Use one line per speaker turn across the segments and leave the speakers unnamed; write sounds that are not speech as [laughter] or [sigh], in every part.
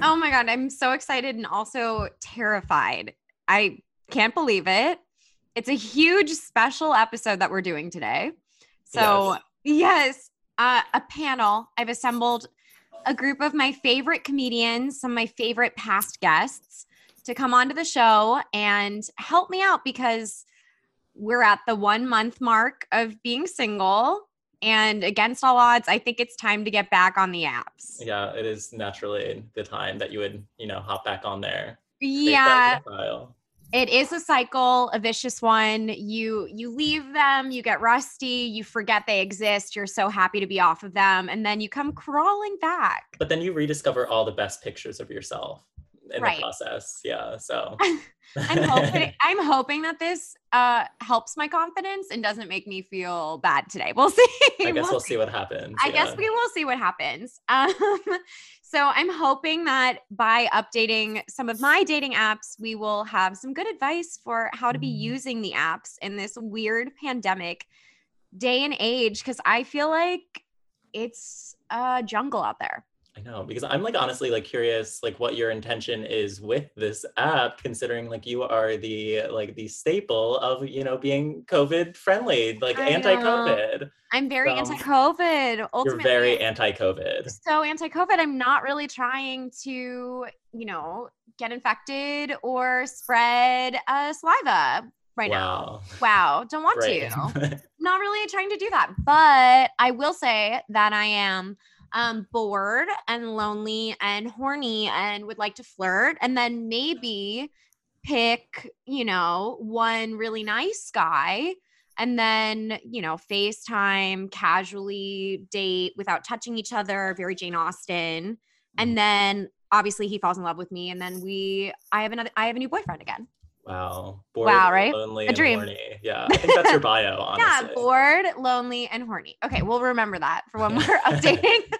Oh my God, I'm so excited and also terrified. I can't believe it. It's a huge special episode that we're doing today. So, yes, uh, a panel. I've assembled a group of my favorite comedians, some of my favorite past guests to come onto the show and help me out because we're at the one month mark of being single. And against all odds, I think it's time to get back on the apps.
Yeah, it is naturally the time that you would, you know, hop back on there. create
Yeah,
that profile.
it is a cycle a vicious one you you leave them you get rusty you forget they exist you're so happy to be off of them and then you come crawling back
But then you rediscover all the best pictures of yourself in
Right.
the process. Yeah. So
[laughs] i'm
[laughs]
hoping i'm hoping that this uh helps my confidence and doesn't make me feel bad today we'll see
I guess
We'll
we'll see what happens.
I guess
yeah.
we will see what happens. [laughs] Um, so I'm hoping that by updating some of my dating apps, we will have some good advice for how to be
Mm-hmm.
using the apps in this weird pandemic day and age. Because I feel like it's a jungle out there.
I know because I'm like honestly like curious like what your intention is with this app considering like you are the like the staple of you know being COVID friendly like
I know.
anti-COVID.
I'm very
So,
anti-COVID. Ultimately,
You're very anti-COVID.
so anti-covid i'm not really trying to you know get infected or spread uh, saliva right now
wow.
wow don't want
Right.
to not really trying to do that, but I will say that I am um bored and lonely and horny and would like to flirt and then maybe pick, you know, one really nice guy and then, you know, FaceTime, casually date without touching each other, very Jane Austen.
Mhm.
And then obviously he falls in love with me and then we I have another I have a new boyfriend again.
wow.
Wow, right?
Lonely
A
and
dream.
horny. Yeah.
[laughs]
I think that's your bio, honestly.
Yeah, bored, lonely, and horny. Okay, we'll remember that for when we're updating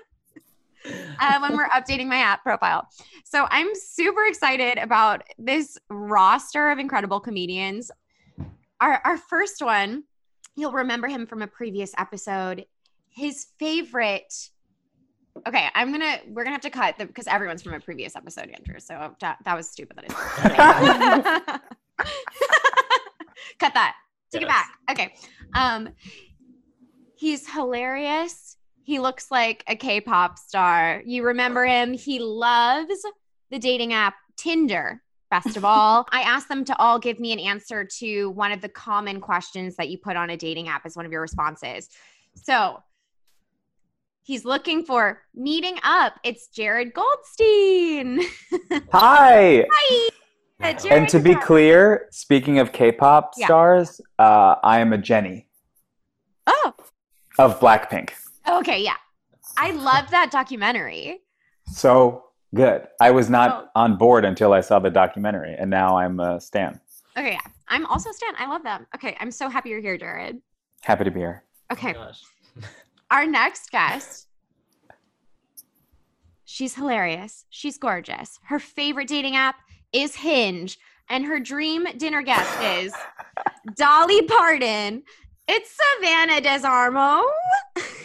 uh, when we're updating my app profile. So I'm super excited about this roster of incredible comedians. Our our first one, you'll remember him from a previous episode. His favorite. Okay, I'm gonna we're gonna have to cut the, because everyone's from a previous episode, Andrew. So that, that was stupid that I said. Okay. [laughs] cut that. Take it
Yes.
back. Okay. Um, he's hilarious. He looks like a K-pop star. You remember him? He loves the dating app Tinder. Best of all, I asked them to all give me an answer to one of the common questions that you put on a dating app as one of your responses. So he's looking for meeting up. It's Jared Goldstein.
Hi.
Hi.
Wow.
Jared-
And to be
Hi.
clear, speaking of K-pop
Yeah.
stars, uh, I am a Jenny
[laughs] Oh,
of Blackpink.
okay. Yeah. I love that documentary.
So good. I was not
Oh.
on board until I saw the documentary, and now I'm a stan.
Okay, yeah. I'm also Stan. I love them. Okay, I'm so happy you're here, Jared.
Happy to be here.
Okay,
Oh my gosh.
our next guest. She's hilarious. She's gorgeous. Her favorite dating app is Hinge, and her dream dinner guest
[laughs]
is Dolly Parton. It's Savannah Desarmo.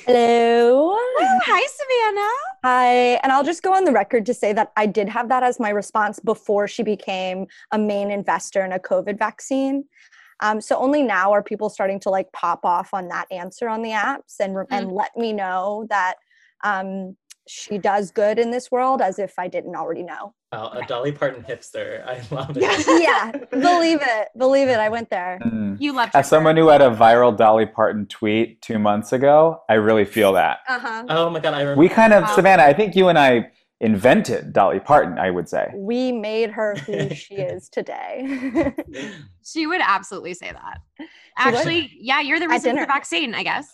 Hello.
Oh, hi, Savannah.
Hi. And I'll just go on the record to say that I did have that as my response before she became a main investor in a COVID vaccine. Um, so only now are people starting to like pop off on that answer on the apps and re- and let me know that um, she does good in this world as if I didn't already know.
Wow, a Dolly Parton hipster. [laughs] I love it.
Yes.
yeah, believe it, believe it. I went there.
Mm.
You love
As someone who had a viral Dolly Parton tweet two months ago, I really feel that.
Uh huh.
Oh my god, I remember
We kind of,
Wow.
Savannah, I think you and I invented Dolly Parton, I would say. [laughs]
We made her who she is today. [laughs]
She would absolutely say that. Actually, yeah, you're the
At
reason for the
dinner.
vaccine, I guess.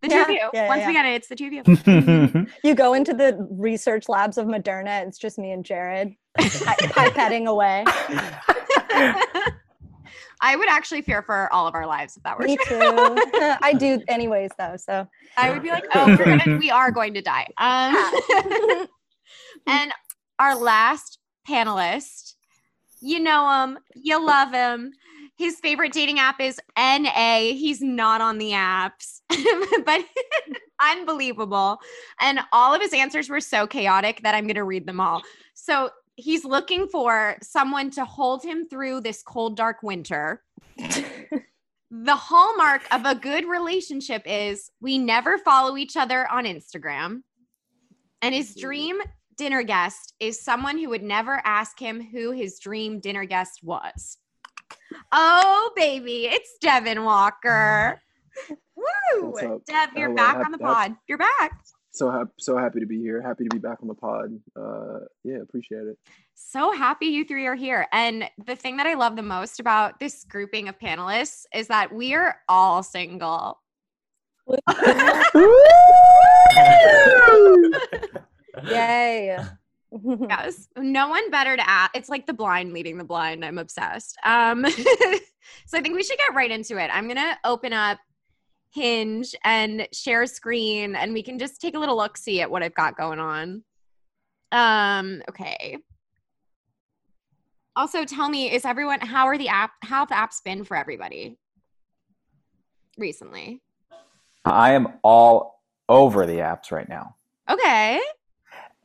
The two
Yeah,
of you.
yeah, yeah,
Once we
yeah.
get it, it's the two of you.
you go into the research labs of Moderna. It's just me and Jared pi- pipetting away.
[laughs] I would actually fear for all of our lives if that were
Me
true.
too. [laughs] I do, anyways, though. So
I would be like, oh, we're gonna, we are going to die. Um, [laughs] and our last panelist, you know him, you love him. His favorite dating app is NA. He's not on the apps, [laughs] but unbelievable. And all of his answers were so chaotic that I'm going to read them all. So he's looking for someone to hold him through this cold, dark winter. the hallmark of a good relationship is we never follow each other on Instagram. And his dream dinner guest is someone who would never ask him who his dream dinner guest was. Oh, baby, it's Devin Walker.
What's
Woo!
up?
Dev, you're
Hello,
back
hap-
on the
hap-
pod. You're back.
So happy, so happy to be here. Happy to be back on the pod. Uh, yeah, appreciate
[laughs]
it.
So happy you three are here. And the thing that I love the most about this grouping of panelists is that we are all single. [laughs]
[laughs]
Yay.
Yes. No one better to ask. It's like the blind leading the blind. I'm obsessed. Um, [laughs] so I think we should get right into it. I'm going to open up Hinge and share screen, and we can just take a little look see at what I've got going on. Um, okay. Also, tell me, is everyone, how are the app, how have the apps been for everybody recently?
I am all over the apps right now.
Okay.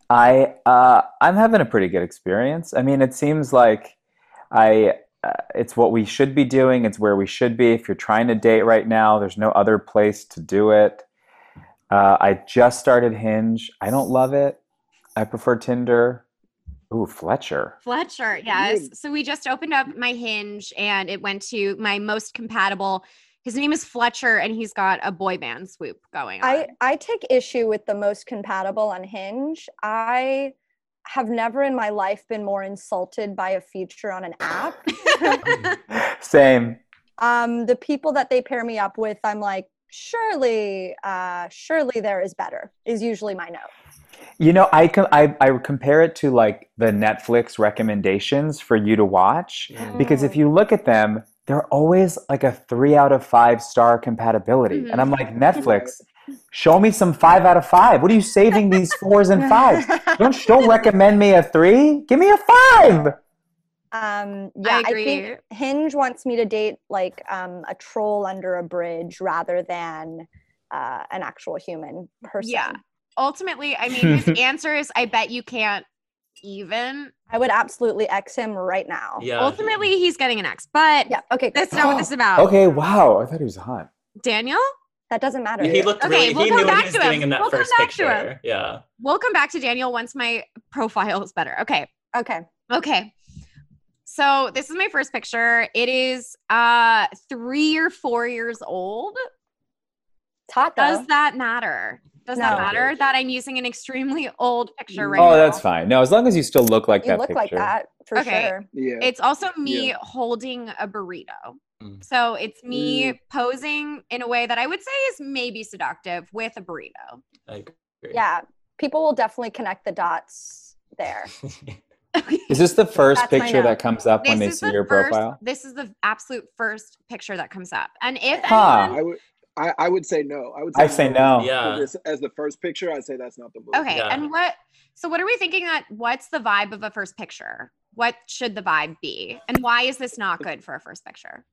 I uh, I'm having a pretty good experience. I mean, it seems like I uh, it's what we should be doing. It's where we should be. If you're trying to date right now, there's no other place to do it. Uh, I just started Hinge. I don't love it. I prefer Tinder. Ooh, Fletcher. [laughs]
Fletcher, yes. So we just opened up my hinge and it went to my most compatible. His name is Fletcher and he's got a boy band swoop going on.
I, I take issue with the most compatible on Hinge. I have never in my life been more insulted by a feature on an app.
Same.
Um, the people that they pair me up with, I'm like, surely, uh, surely there is better, is usually my note.
You know, I, com- I I compare it to like the Netflix recommendations for you to watch because
[laughs]
if you look at them, they're always like a three out of five star compatibility, and I'm
Mm-hmm.
like Netflix, show me some five out of five. What are you saving these fours and
[laughs]
fives? Don't don't recommend me a three. Give me a five.
Um, yeah,
I
I,
agree.
think Hinge wants me to date like um, a troll under a bridge rather than uh, an actual human person.
Yeah. Ultimately, I mean, his answer is I bet you can't even.
I would absolutely X him right now.
yeah.
Ultimately, he's getting an X, but
Yeah. Okay.
that's not what this is about.
Okay, wow, I thought he was hot.
Daniel,
That doesn't matter.
He looked
Okay,
really.
we'll
he
come
knew what
back
he was
to him.
doing in that
We'll come
first
back to him.
picture. Yeah.
we'll come back to Daniel once my profile is better. Okay.
okay.
Okay. So this is my first picture. It is uh three or four years old.
It's hot though.
Does that matter? Does that
No.
matter that I'm using an extremely old picture right now?
Oh, that's fine. No, as long as you still look like
you
that
look
picture.
like that for
Okay.
sure.
Yeah.
It's also me holding a burrito.
Mm.
So it's me
Mm.
posing in a way that I would say is maybe seductive with a burrito.
I agree.
Yeah. People will definitely connect the dots there.
Is this the first
That's my
picture
note.
that comes up when they see your
first,
profile?
This is the absolute first picture that comes up. And if
Huh.
anyone,
I would. I, I would say no. I would. Say
I say no.
For
yeah.
this, as the first picture, I'd say that's not the move.
okay,
Yeah.
and what so what are we thinking that what's the vibe of a first picture? What should the vibe be? And why is this not good for a first picture?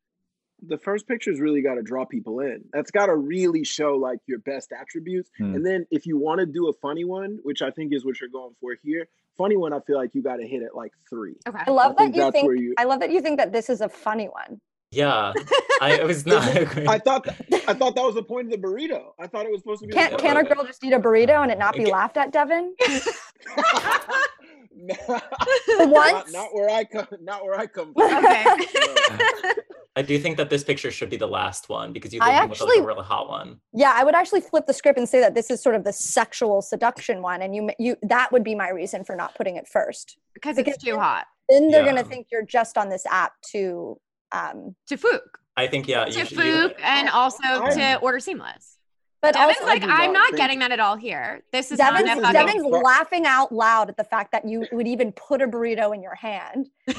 The first picture's really got to draw people in. That's got to really show like your best attributes.
Hmm.
And then if you want to do a funny one, which I think is what you're going for here, funny one, I feel like you got to hit it like three.
Okay.
I love
think
that you
that's
think
where you-
I love that you think that this is a funny one.
[laughs] Yeah. I was not agreeing.
I thought I thought that was the point of the burrito. I thought it was supposed to be.
Can't
Yeah,
can a
okay.
girl just eat a burrito and it not be
Okay.
laughed
[laughs]
at, Devin?
[laughs]
[laughs]
not,
Once?
not where I come. [laughs] Not where I come from.
Okay.
No.
I do think that this picture should be the last one because you think
I
you look like
actually-
a really hot one.
Yeah, I would actually flip the script and say that this is sort of the sexual seduction one, and you you that would be my reason for not putting it first.
Because it's too hot.
Then they're
Yeah.
gonna think you're just on this app to. Um,
To Fook.
I think yeah.
to
should-
Fook and also
I-
to Order Seamless.
but
Devin's
also,
like,
do
I'm
not
not
think-
getting that at all here. This is not a
Devin's,
Devin-
fucking.
Devin-
Devin's laughing out loud at the fact that you would even put a burrito in your hand.
I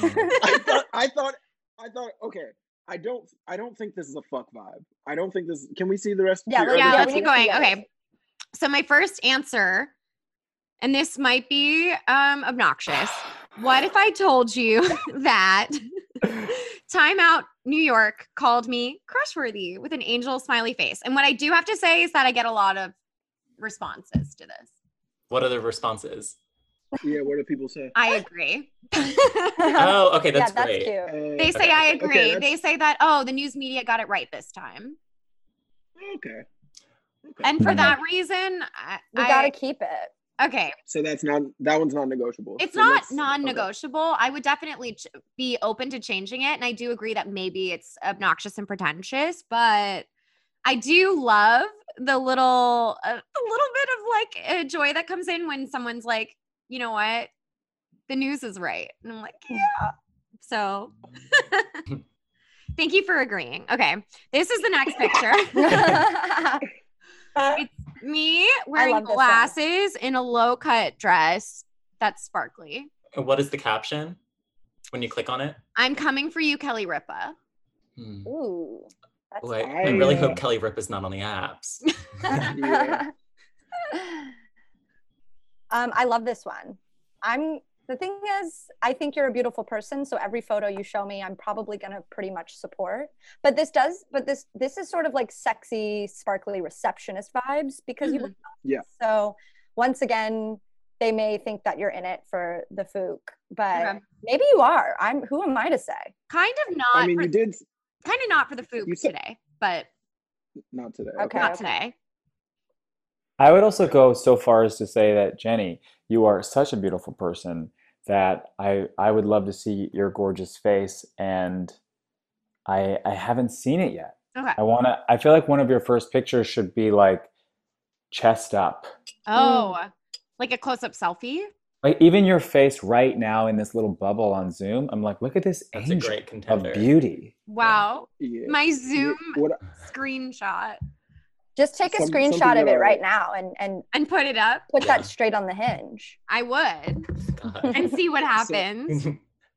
thought I thought I thought okay. I don't I don't think this is a fuck vibe. I don't think this can we see the rest
Yeah,
of the
[laughs]
let's-
yeah,
other
let's
we
picture?
keep
need to
going.
see others.
Okay. So my first answer, and this might be um, obnoxious. What if I told you [laughs] that Time Out New York called me crushworthy with an angel smiley face? And what I do have to say is that I get a lot of responses to this. [laughs]
What are the responses?
Yeah, what do people say?
I agree.
[laughs] Oh, okay, that's
yeah,
great.
that's cute.
Uh,
they say I agree.
Okay,
they say that oh, the news media got it right this time,
okay. okay.
and for
Mhm.
that reason, I,
We
I-
gotta keep it.
okay.
so that's not that one's non negotiable.
It's not non-negotiable. I would definitely ch- be open to changing it, and I do agree that maybe it's obnoxious and pretentious, but I do love the little uh, the little bit of like uh, joy that comes in when someone's like, you know what, the news is right, and I'm like,
Hmm.
yeah. So, [laughs] thank you for agreeing. Okay, this is the next picture.
[laughs]
[laughs] Me wearing
love this one.
glasses in a low-cut dress that's sparkly.
And Uh, What is the caption when you click on it?
I'm coming for you, Kelly Ripa.
Hmm.
Ooh. That's
Boy, I, I
fine.
really hope Kelly Rip is not on the apps.
Yeah.
[laughs] um, I love this one. I'm the thing is, I think you're a beautiful person, so every photo you show me, I'm probably gonna pretty much support. But this does, but this this is sort of like sexy, sparkly receptionist vibes because you. look
Mm-hmm. Yeah.
So once again, they may think that you're in it for the fook, but
Okay.
maybe you are. I'm. Who am I to say?
Kind of not.
I mean,
for,
you did
kind of not for the food
you said-
today, but
not today.
Okay.
not today.
I would also go so far as to say that Jenny, you are such a beautiful person that I I would love to see your gorgeous face and I I haven't seen it yet.
Okay.
Oh.
I want to I feel like one of your first pictures should be like chest up.
Oh, like a close-up selfie.
Like even your face right now in this little bubble on Zoom, I'm like, look at this
That's a
angel
great
of
contender.
beauty.
Wow,
Yeah.
my
Yeah,
Zoom
What,
screenshot
Just take a
Some-
screenshot
something
of it
that I-
right now and and
and put it up.
put
Yeah.
that straight on the hinge.
I would
[laughs] God.
and
[laughs]
see what happens.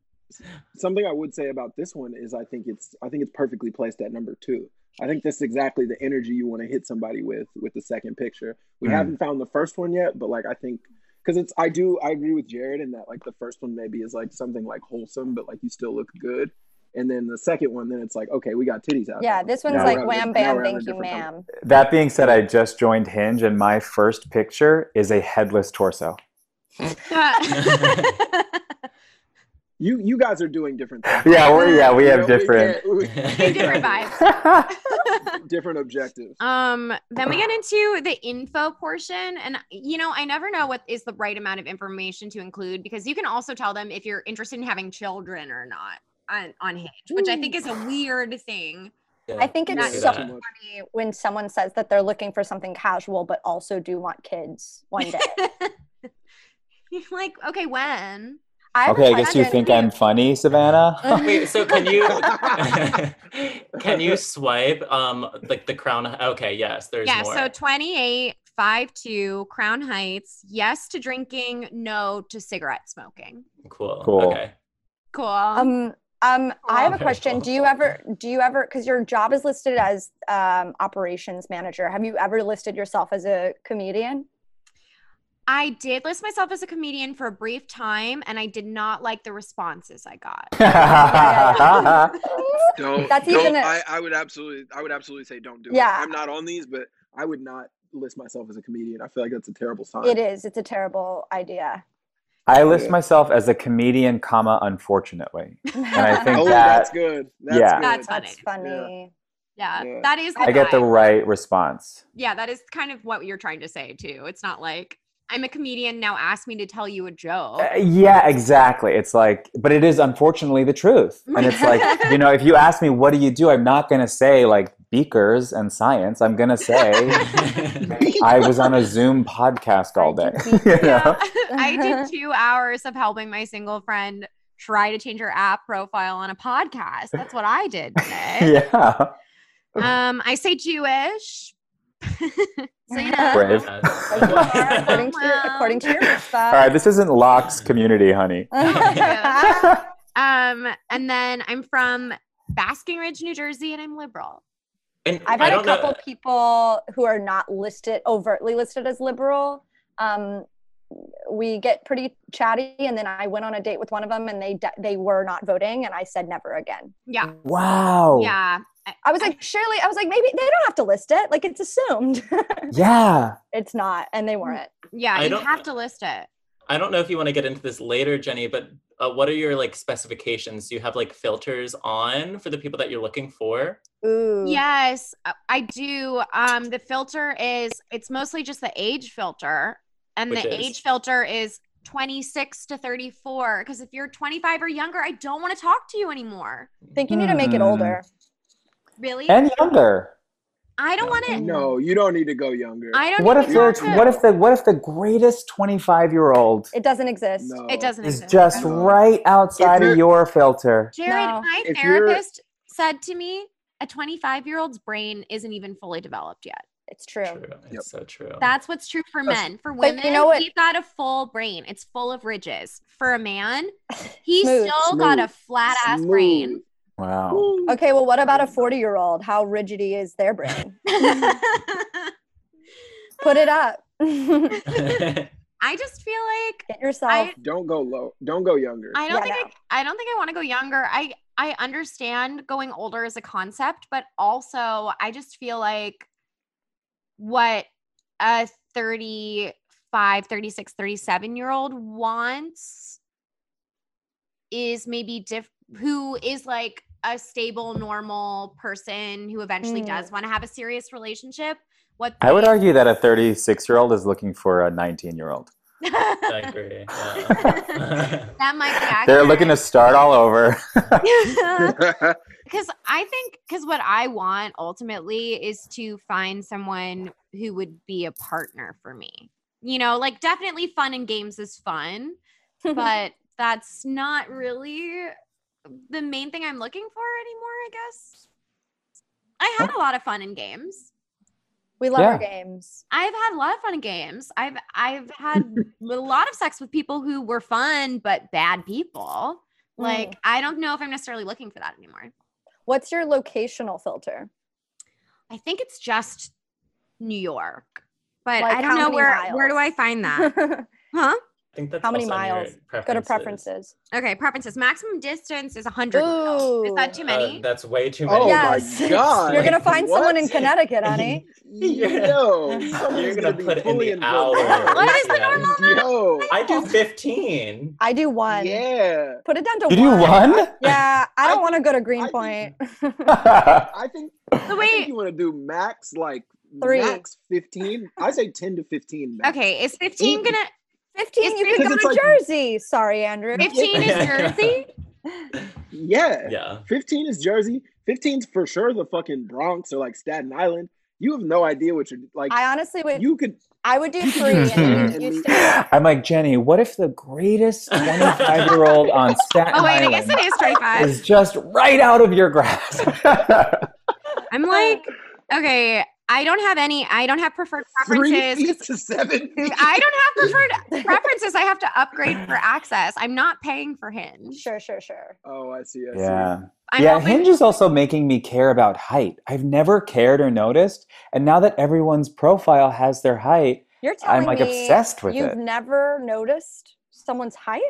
[laughs]
something I would say about this one is I think it's I think it's perfectly placed at number two. I think that's exactly the energy you want to hit somebody with with the second picture. We
Mm.
haven't found the first one yet, but like I think because it's I do I agree with Jared in that like the first one maybe is like something like wholesome, but like you still look good. And then the second one, then it's like okay, we got titties out.
Yeah,
now.
this one's
Now
like
we're on a-
wham
now
bam,
we're on a
thank you,
different number.
ma'am.
That being said, I just joined Hinge and my first picture is a headless torso.
[laughs]
you you guys are doing different things.
Yeah, we're yeah, we
You
have
know,
different.
can't- we-
Different
[laughs]
vibes.
different objectives.
Um, then we get into the info portion, and you know, I never know what is the right amount of information to include because you can also tell them if you're interested in having children or not on, on Hinge, which I think is a weird thing.
[laughs]
[laughs]
Yeah.
I think
Yeah,
it's
Not
so
too
that.
much.
funny when someone says that they're looking for something casual but also do want kids one day.
You're like, okay, when?
I have a
Okay, I guess you
question.
think I'm funny, Savannah.
[laughs] Wait, so can
[laughs]
you [laughs] can you swipe um like the crown? Okay, yes, there's
yeah,
more.
so 28, 5 2, Crown Heights, yes to drinking, no to cigarette smoking.
cool.
Cool.
Okay. [laughs]
Cool.
Um um I have a
Very
question.
cool.
Do you ever do you ever cuz your job is listed as um operations manager. Have you ever listed yourself as a comedian?
I did list myself as a comedian for a brief time, and I did not like the responses I got.
[laughs]
yeah,
Don't.
That's
don't-
even a-
I, I would absolutely. I would absolutely say don't do
Yeah.
it. I'm not on these, but I would not list myself as a comedian. I feel like that's a terrible sign.
It is. It's a terrible idea.
I list
Yeah.
myself as a comedian, comma, unfortunately. I think-
Oh,
that-
that's good. That's
yeah.
good.
That's
[laughs] That's
Yeah.
funny.
Yeah,
Yeah.
that is. The
I get the
vibe.
right response.
Yeah, that is kind of what you're trying to say too. It's not like I'm a comedian now. Ask me to tell you a joke.
Uh, yeah, exactly. It's like, but it is unfortunately the truth. And it's
[laughs]
like, you know, if you ask me, what do you do? I'm not going to say like beakers and science. I'm going to
[laughs]
say I was on a Zoom podcast all
I
day.
do
you
[laughs]
know?
[laughs] Yeah. [laughs] I did two hours of helping my single friend try to change her app profile on a podcast. That's what I
[laughs]
did today.
Yeah.
Um, I say Jewish. [laughs] so yeah.
Brave.
Yes.
As you are,
[laughs]
according to your,
Wow.
according to your
[laughs] All right,
mitzvah.
this isn't Locke's community, honey.
Uh, Um, and then I'm from Basking Ridge, New Jersey, and I'm liberal.
And
I've
I
had a
don't know-
couple people who are not listed overtly listed as liberal. Um, we get pretty chatty, and then I went on a date with one of them, and they de- they were not voting, and I said never again.
Yeah.
[laughs] Wow.
Yeah.
I was like, surely, I was like, maybe they don't have to list it. Like it's assumed, [laughs]
Yeah.
it's not, and they weren't.
Yeah.
I
you
don't-
have to list it.
I don't know if you want to get into this later, Jenny, but uh, what are your like specifications? Do you have like filters on for the people that you're looking for?
Ooh.
Yes, uh, I do. Um, the filter is it's mostly just the age filter, and
Which
the
is?
age filter is 26 to 34. Because if you're 25 or younger, I don't want to talk to you anymore.
I think you need to make it
Hmm.
older.
Really?
and younger.
I don't want to.
No, you don't need to go younger.
I don't.
What
even
if the
want to.
what if the what if the greatest twenty five year old
It doesn't exist.
no.
it doesn't
is
exist?
just
No.
right outside
If
of your filter?
Jared,
No.
my
If you're-
therapist said to me, a 25 year old's brain isn't even fully developed yet.
It's true.
True. It's
Yep.
so true.
That's what's true for
That's-
men. For
But you
women,
know what-
we've got a full brain. It's full of ridges. For a
[laughs]
man, he
Smooth.
still got a
Smooth.
flat ass
Smooth.
[laughs]
brain. [laughs]
Wow.
Woo.
Okay, well, what about a 40 year old? How rigidy is their brain? Put it up. [laughs] Get
[laughs]
[laughs] I just feel like
yourself.
Don't go low. Don't go younger. [laughs]
I don't
Yeah,
think I, I don't think I want to go younger. I I understand going older is a concept, but also I just feel like what a 35, 36, 37 year old wants is maybe diff who is like a stable normal person who eventually
Mm.
does want to have a serious relationship. What
I would
they-
argue that a thirty six year old is looking for a nineteen year old.
I agree.
[laughs]
yeah.
[laughs]
[laughs]
that
[laughs]
might be
They're
accurate. [laughs]
looking to start all over. [laughs]
because I think because what I want ultimately is to find someone who would be a partner for me. You know, like definitely fun and games is fun, but that's not really the main thing I'm looking for anymore, I guess. I had a lot of fun in games.
we love our
Yeah.
games.
I've had a lot of fun in games. I've I've had a lot of sex with people who were fun but bad people.
Mm.
Like I don't know if I'm necessarily looking for that anymore.
What's your locational filter?
I think it's just New York, but
Like,
I don't
how
know
many
where where do I
miles?
find that?
[laughs] Go
huh?
I think that's
How many
also on your
miles? to preferences.
Okay, preferences. Maximum distance is 100 miles. Is that
Ooh.
too
Uh,
many?
that's way too many.
oh
Yes.
my
[laughs]
god!
You're gonna
[laughs]
find someone in
What?
Connecticut, honey.
[laughs] Yo,
You're
someone's
gonna
be
put in
fully
the
involved. [laughs]
hours.
what is the
Yeah.
normal?
Yo,
I do
[laughs]
15.
I do one.
yeah.
Put it down to
you do
one.
one?
Yeah, I don't
I
want to go to
I
Greenpoint.
[laughs]
I think. I think
wait.
you want to do max like
Three.
max fifteen. I say ten to fifteen. Max.
Okay, is 15
Eight.
gonna
15,
It's
you could go
because
to
it's like-
Jersey. Sorry,
[laughs]
Andrew.
15 is Jersey?
[laughs]
Yeah.
Yeah.
Fifteen is Jersey. 15's for sure the fucking Bronx or like Staten Island. You have no idea what you're like.
I honestly would.
you could.
I would do
you could
three, and then
do
you, you [laughs]
that.
stay.
I'm like Jenny. What if
[laughs]
the greatest twenty five year old on Staten
Oh wait, I guess
Island
it is 25.
[laughs] is just right out of
[laughs]
your grasp?
I'm like, okay, I don't have any. I don't have preferred
Three
preferences.
feet [laughs] to seven. feet.
[laughs] I don't have preferred preferences. I have to upgrade for access. I'm not paying for Hinge.
Sure, sure, sure.
Oh, I see. I see.
yeah.
I'm
yeah,
always- [laughs]
Hinge is also making me care about height. I've never cared or noticed, and now that everyone's profile has their height,
You're telling
I'm like
me
obsessed with
you've
it.
never noticed someone's height?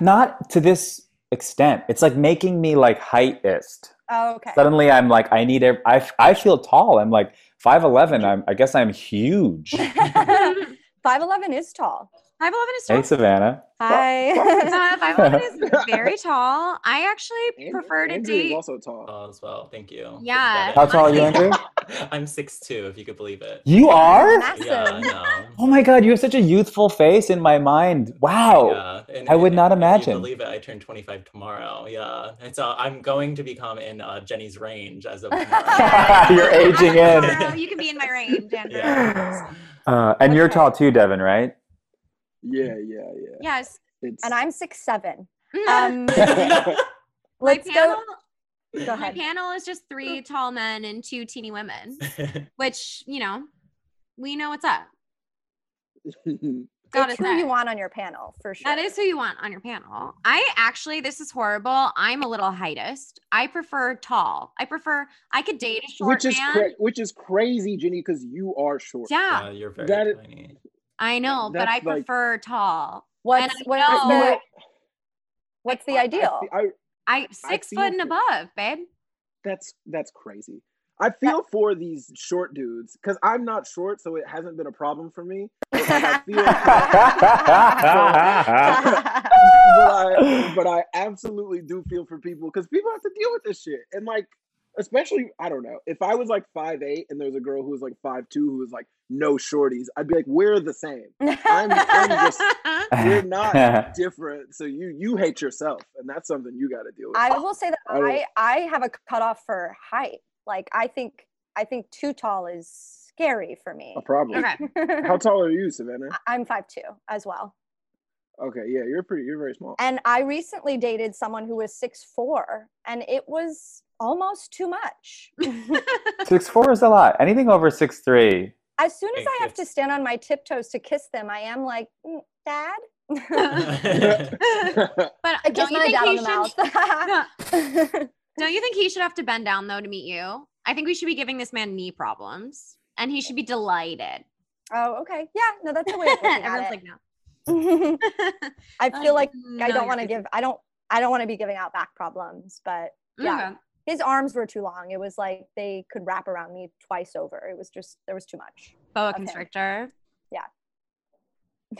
Not to this extent. It's like making me like heightist.
Oh, okay.
Suddenly, I'm like, I need. ev- I f- I feel tall. I'm like five eleven. I'm. I guess I'm
[laughs]
huge.
Five eleven is tall.
5'11 is
hey,
tall.
Savannah.
Hi. [laughs]
Uh, 5'11 is
[laughs]
very tall. I actually
Andrew-
prefer to
Andrew is
[laughs] date.
also tall.
Tall as well. Thank you.
Yeah.
How tall are you, Andrew?
[laughs] I'm 6'2, if you could believe it.
You are.
Massive.
Yeah,
[laughs]
no.
Oh my God! You have such a youthful face in my mind. Wow.
Yeah, and-
Oh, I would
and
not
if you
imagine.
believe it, I turn 25 tomorrow. Yeah, and so I'm going to become in uh, Jenny's range as of tomorrow.
[laughs] You're aging in.
[laughs]
Tomorrow, You can be in my range, Andrew.
Yeah.
[gasps] Uh, and you're
Okay.
tall too, Devin, right?
Yeah, yeah, yeah.
Yes.
It's [laughs]
And I'm six seven.
Um, [laughs]
[laughs]
Uh,
Um,
my
let's
panel,
go. Go
my
ahead.
panel is just three tall men and two teeny women, which, you know, we know what's up. Gotta
It's who
say.
you want on your panel for sure.
That is who you want on your panel. I actually, this is horrible. I'm a little heightist. I prefer tall. I prefer, I could date a short
which is
man.
cra- which is crazy, Jenny, because you are short.
Yeah,
Yeah, you're very
That is-
tiny.
I know, but I
That's like-
prefer tall.
What's
I
what
know-
is
I, you
the,
know,
what's the
I- I
ideal?
fe- I-
I six
feel
foot and
for-
above, babe.
that's that's crazy. I feel for these short dudes because I'm not short, so it hasn't been a problem for me. But, like, I feel, [laughs] but, I, but I absolutely do feel for people because people have to deal with this shit. And like, especially, I don't know, if I was like five eight and there was a girl who was like five two who was like no shorties, I'd be like, we're the same.
[laughs]
I'm, I'm just
[laughs]
we're not different. So you you hate yourself, and that's something you got to deal with.
I will say that
I will-
I, I have a cutoff for height. Like I think I think too tall is scary for me.
a problem.
okay.
[laughs]
How tall are you, Savannah?
I'm five two as well.
Okay, yeah, you're pretty. You're very small.
And I recently dated someone who was six four, and it was almost
[laughs]
too much.
Six four is a lot. Anything over six three.
As soon as
Thank
I
you.
have to stand on my tiptoes to kiss them, I am like, "Mm, Dad.
[laughs] [laughs]
[laughs]
But
I kiss
don't you
my
think
dad
he
on
should?
the
No,
mouth. [laughs]
don't you think he should have to bend down though to meet you? I think we should be giving this man knee problems, and he should be
[laughs]
delighted.
oh, okay. Yeah, no, that's
[laughs]
a way of looking
Everyone's
at
like, no.
it. [laughs] I
[laughs]
feel like
"No,
I don't want to
you're
give. I don't. I don't want to be giving out back problems, but
good."
yeah. his arms were too long. It was like they could wrap around me twice over. It was just there was too much.
boa
Okay.
constrictor.
Yeah.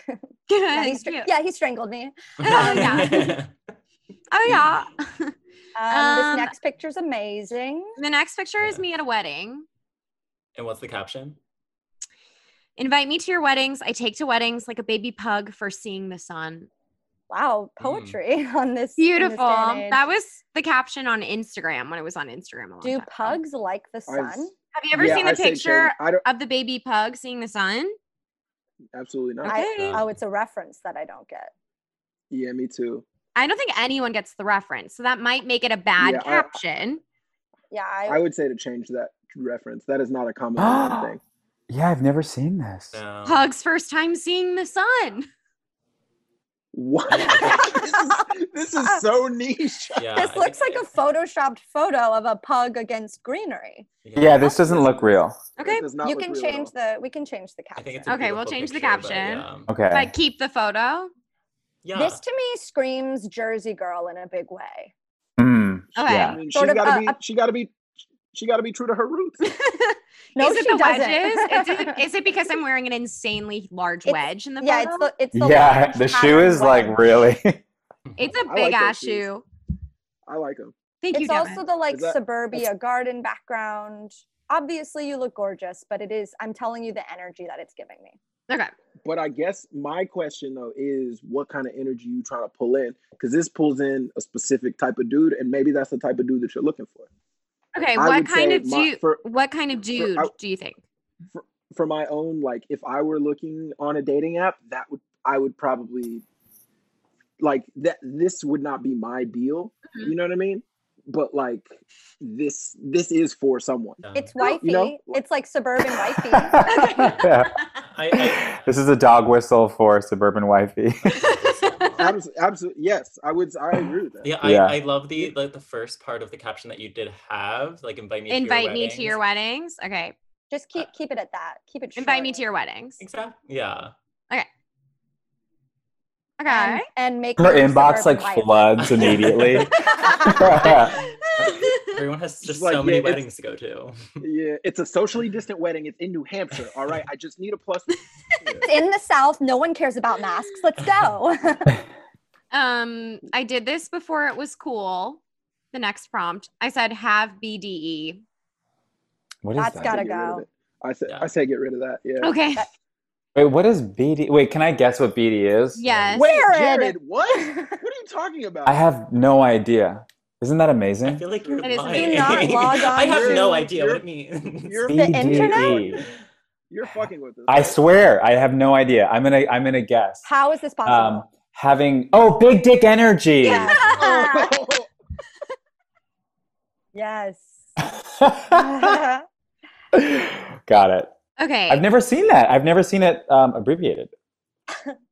Yeah,
[laughs]
he,
Good.
str-
cute.
yeah, he strangled me.
yeah. Oh yeah.
Um,
Um,
this next picture's amazing.
[laughs] the next picture is
Yeah.
me at a wedding.
And what's the caption?
Invite me to your weddings. I take to weddings like a baby pug for seeing the sun.
Wow, poetry [laughs] on this. in this day and
Beautiful. That
age.
was the caption on Instagram when it was on Instagram. a long
Do
time ago.
pugs like the
I've-
sun?
Have you ever
Yeah,
seen the
I say
picture
change. I don't.
of the baby pug seeing the sun?
Absolutely not.
I-
Okay.
oh, it's a reference that I don't get.
yeah, me too.
I don't think anyone gets the reference, so that might make it a bad
Yeah, I-
caption.
Yeah, I,
I would say to change that reference. That is not a
[gasps]
common man thing.
Yeah, I've never seen this.
No.
Pug's first time seeing the sun.
[laughs]
What? [laughs] this, is, this is so niche.
Yeah, I
this
think-
looks like a photoshopped photo of a pug against greenery.
Yeah, this doesn't look real.
Okay.
It does not
You
look
can
real at
change
all.
the. We can change the
I
caption.
think it's a
Okay, we'll
beautiful
change the
picture, but,
caption.
yeah.
Okay.
But keep the photo.
yeah.
This to me screams Jersey girl in a big way.
Mm,
Okay.
I
Yeah.
mean,
Sort
she
of
gotta
a-
be.
a-
She gotta be. She gotta be true to her roots.
No,
is it
she
the
doesn't.
wedges? is,
[laughs]
it, is it because I'm wearing an insanely large
It's-
wedge in the
[laughs] yeah, it's
photo?
the it's the
Yeah,
large
the shoe
patterned
is like
wedge.
really.
It's,
I
a
like
big
those
ass
shoes.
shoe.
I like them.
Thank you,
It's
Devin.
also the like
Is that-
suburbia garden background. Obviously, you look gorgeous, but it is. I'm telling you the energy that it's giving me.
okay.
But I guess my question though is, what kind of energy you trying to pull in? Because this pulls in a specific type of dude, and maybe that's the type of dude that you're looking for.
Okay.
I
What
would
kind
say
of
my-
dude?
for-
what kind of dude
I-
do you think?
For my own, like, if I were looking on a dating app, that would I would probably like that. This would not be my deal.
Mm-hmm.
Mhm.
You know what I mean? But like, this this is for someone.
Yeah.
It's
Well,
wifey.
you know-
it's like suburban wifey.
[laughs]
yeah.
I, [laughs] I,
[laughs] This is a dog whistle for suburban
[laughs]
wifey.
Absolutely, absolutely. Yes, I would. I agree with that.
yeah, I,
Yeah.
I love the like the first part of the caption that you did have, like invite me. to
Invite
your
me to your
weddings.
weddings. Okay.
Just keep keep it at that. Keep it.
Invite
short.
me to your weddings.
Exactly. Yeah.
Okay.
and, and make
Her
me your
inbox like
suburban wife.
floods
[laughs]
immediately. [laughs]
Everyone has just
Just like,
so many
yeah, it's-
weddings to go to.
Yeah, it's a socially distant wedding. It's in New Hampshire. All right, I just need a plus.
It's in the South. No one cares about masks. Let's
[laughs]
go.
um, I did this before it was cool. The next prompt, I said, have E." BDE.
What is
That's
that?
I
gotta
say get rid of
go.
it. I say,
Yeah.
I say, get rid of that. Yeah.
Okay.
Wait, what is BD? Wait, can I guess what BD is?
[laughs] Yes.
Wait,
Jared.
Jared, what? What are you talking about?
I have no idea. Isn't that
I
amazing?
feel like you're
It is
lying.
amazing. Do
not
[laughs]
log
I
on
have
to-
no idea what
You're-
it means. [laughs]
you're-
The internet?
BDE.
You're fucking with us.
I
[laughs]
right?
swear, I have no idea. I'm gonna, I'm gonna guess.
How is this possible?
Um, having oh, big dick energy.
Yes.
[laughs] Oh, [laughs]
yes.
[laughs]
Oh,
Got it.
Okay.
I've never seen that. I've never seen it um, abbreviated.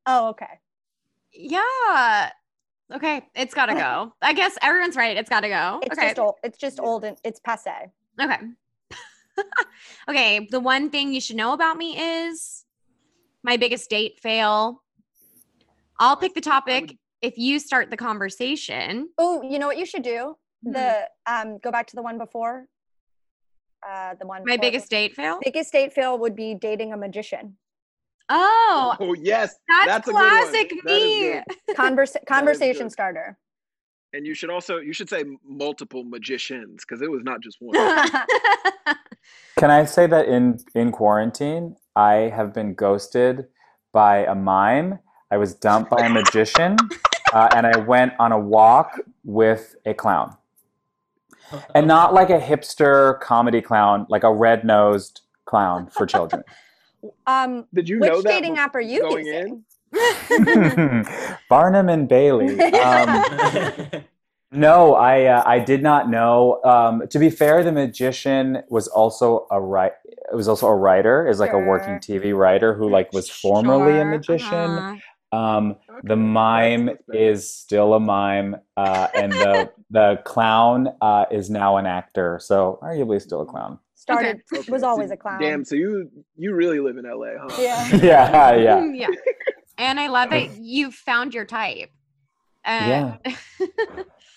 oh, okay.
Yeah. Okay, it's
[laughs]
gotta go. I guess everyone's right. It's gotta go.
It's
okay.
just old. It's just
Yeah.
old and it's passe.
okay. [laughs] okay. The one thing you should know about me is my biggest date fail. I'll pick the topic
Um,
would-
if you start the conversation.
Hmm.
Oh, you know what you should do? The um, go back to the one before. uh, the one.
My
for-
biggest date fail?
biggest date fail would be dating a magician.
[laughs] Oh,
Oh yes,
that's,
a good one.
classic
That is
me.
good.
Converse- conversation
good. [laughs]
starter.
And you should also you should say multiple magicians because it was not just one.
[laughs]
Can I say that in in quarantine, I have been ghosted by a mime. I was dumped by a magician, uh, and I went on a walk with a clown, and not like a hipster comedy clown, like a red nosed clown for children. [laughs]
Um,
Did you know
which
that?
dating
before
app are you
going
using?
in?
Barnum and Bailey. Um,
[laughs]
No, I uh, I did not know. Um, to be fair, the magician was also a write. It was also a writer, is like a working TV writer who like was formerly
Sure,
a magician.
uh-huh.
Um,
Okay,
the
that's
mime
what's better.
is still a mime, uh, and the the clown uh, is now an actor. So arguably still a
Mm-hmm.
clown.
[laughs]
[laughs]
Started
Okay,
was
so-
always a clown.
Damn, so you you really live in LA, huh?
[laughs]
[laughs]
Yeah.
Yeah,
[laughs]
yeah,
Mm, yeah. And I love that you found your type. Uh,
yeah.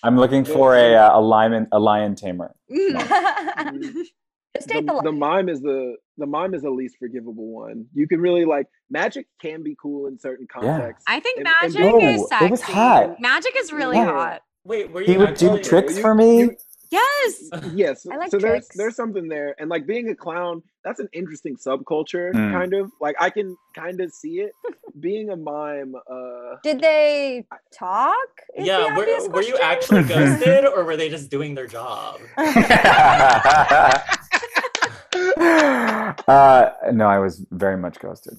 I'm looking for a uh, a lion a lion tamer.
mm,
[laughs] Just date the,
um, the, the mime is the the mime is the least forgivable one. You can really like magic can be cool in certain contexts.
[laughs] I think
And-
magic
and
is
No,
sexy.
it was hot.
Magic is really
Yeah.
hot.
Wait, were you
He would do
actually-
tricks
you-
for me.
you-
Yes.
[laughs]
yes
I like
so there's
tricks.
there's something there and like being a clown that's an interesting subculture
Mm.
kind of like i can kind of see it being a mime uh
Did they talk? Is the
Yeah,
obvious
were, were you
question.
actually
[laughs]
ghosted or were they just doing their job? [laughs]
[laughs] uh, no, I was very much ghosted.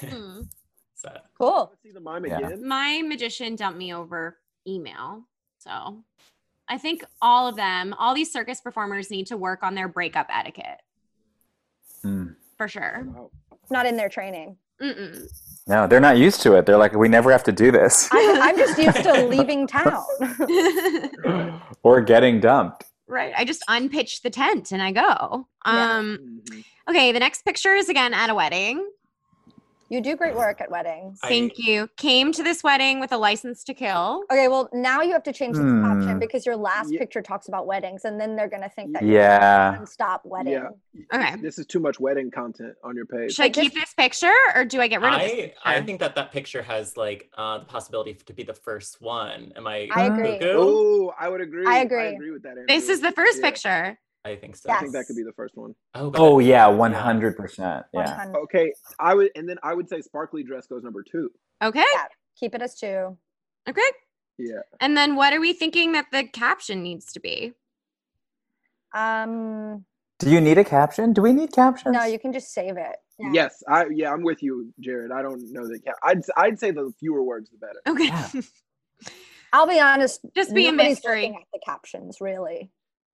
Hmm.
Mm.
So,
[laughs] cool?
let's see the mime
Yeah.
again
My magician dumped me over email. So I think all of them, all these circus performers need to work on their breakup etiquette
Mm.
for sure.
Wow.
Not in their training.
Mm-mm. [laughs]
No, they're not used to it. They're like, we never have to do this [laughs]
I'm, I'm just used to leaving town. [laughs]
or getting dumped.
right. I just unpitch the tent and I go.
Yeah.
Um,
Mhm.
okay. The next picture is again at a wedding.
You do great work at weddings.
I-
Thank you. Came to this wedding with a license to kill.
Okay, well now you have to change the caption
Hmm.
because your last
Ye-
picture talks about weddings, and then they're gonna think that
Yeah.
you stop wedding.
Yeah.
Okay.
this is too much wedding content on your page
Should I keep this picture or do I get rid of it?
I, I
picture.
think that that picture has like uh, the possibility to be the first one. Am I?
I agree.
cuckoo?
oh i would agree
I
i
agree.
agree with that
This
Andrew.
is the first
Yeah.
picture.
I think so.
i think that
Yes.
could be the first one
Oh, but-
Oh yeah, one hundred percent. Yeah.
100.
okay i would and then i would say sparkly dress goes number two
Okay.
Keep it as two.
Okay.
yeah
And then what are we thinking that the caption needs to be?
Um,
Do you need a caption? Do we need captions?
no, you can just save it.
yes i yeah i'm with you jared i don't know that ca- i'd i'd say the fewer words the better
Okay.
Yeah.
I'll be honest.
[laughs] Just be a
nobody's
mystery.
looking at the captions really.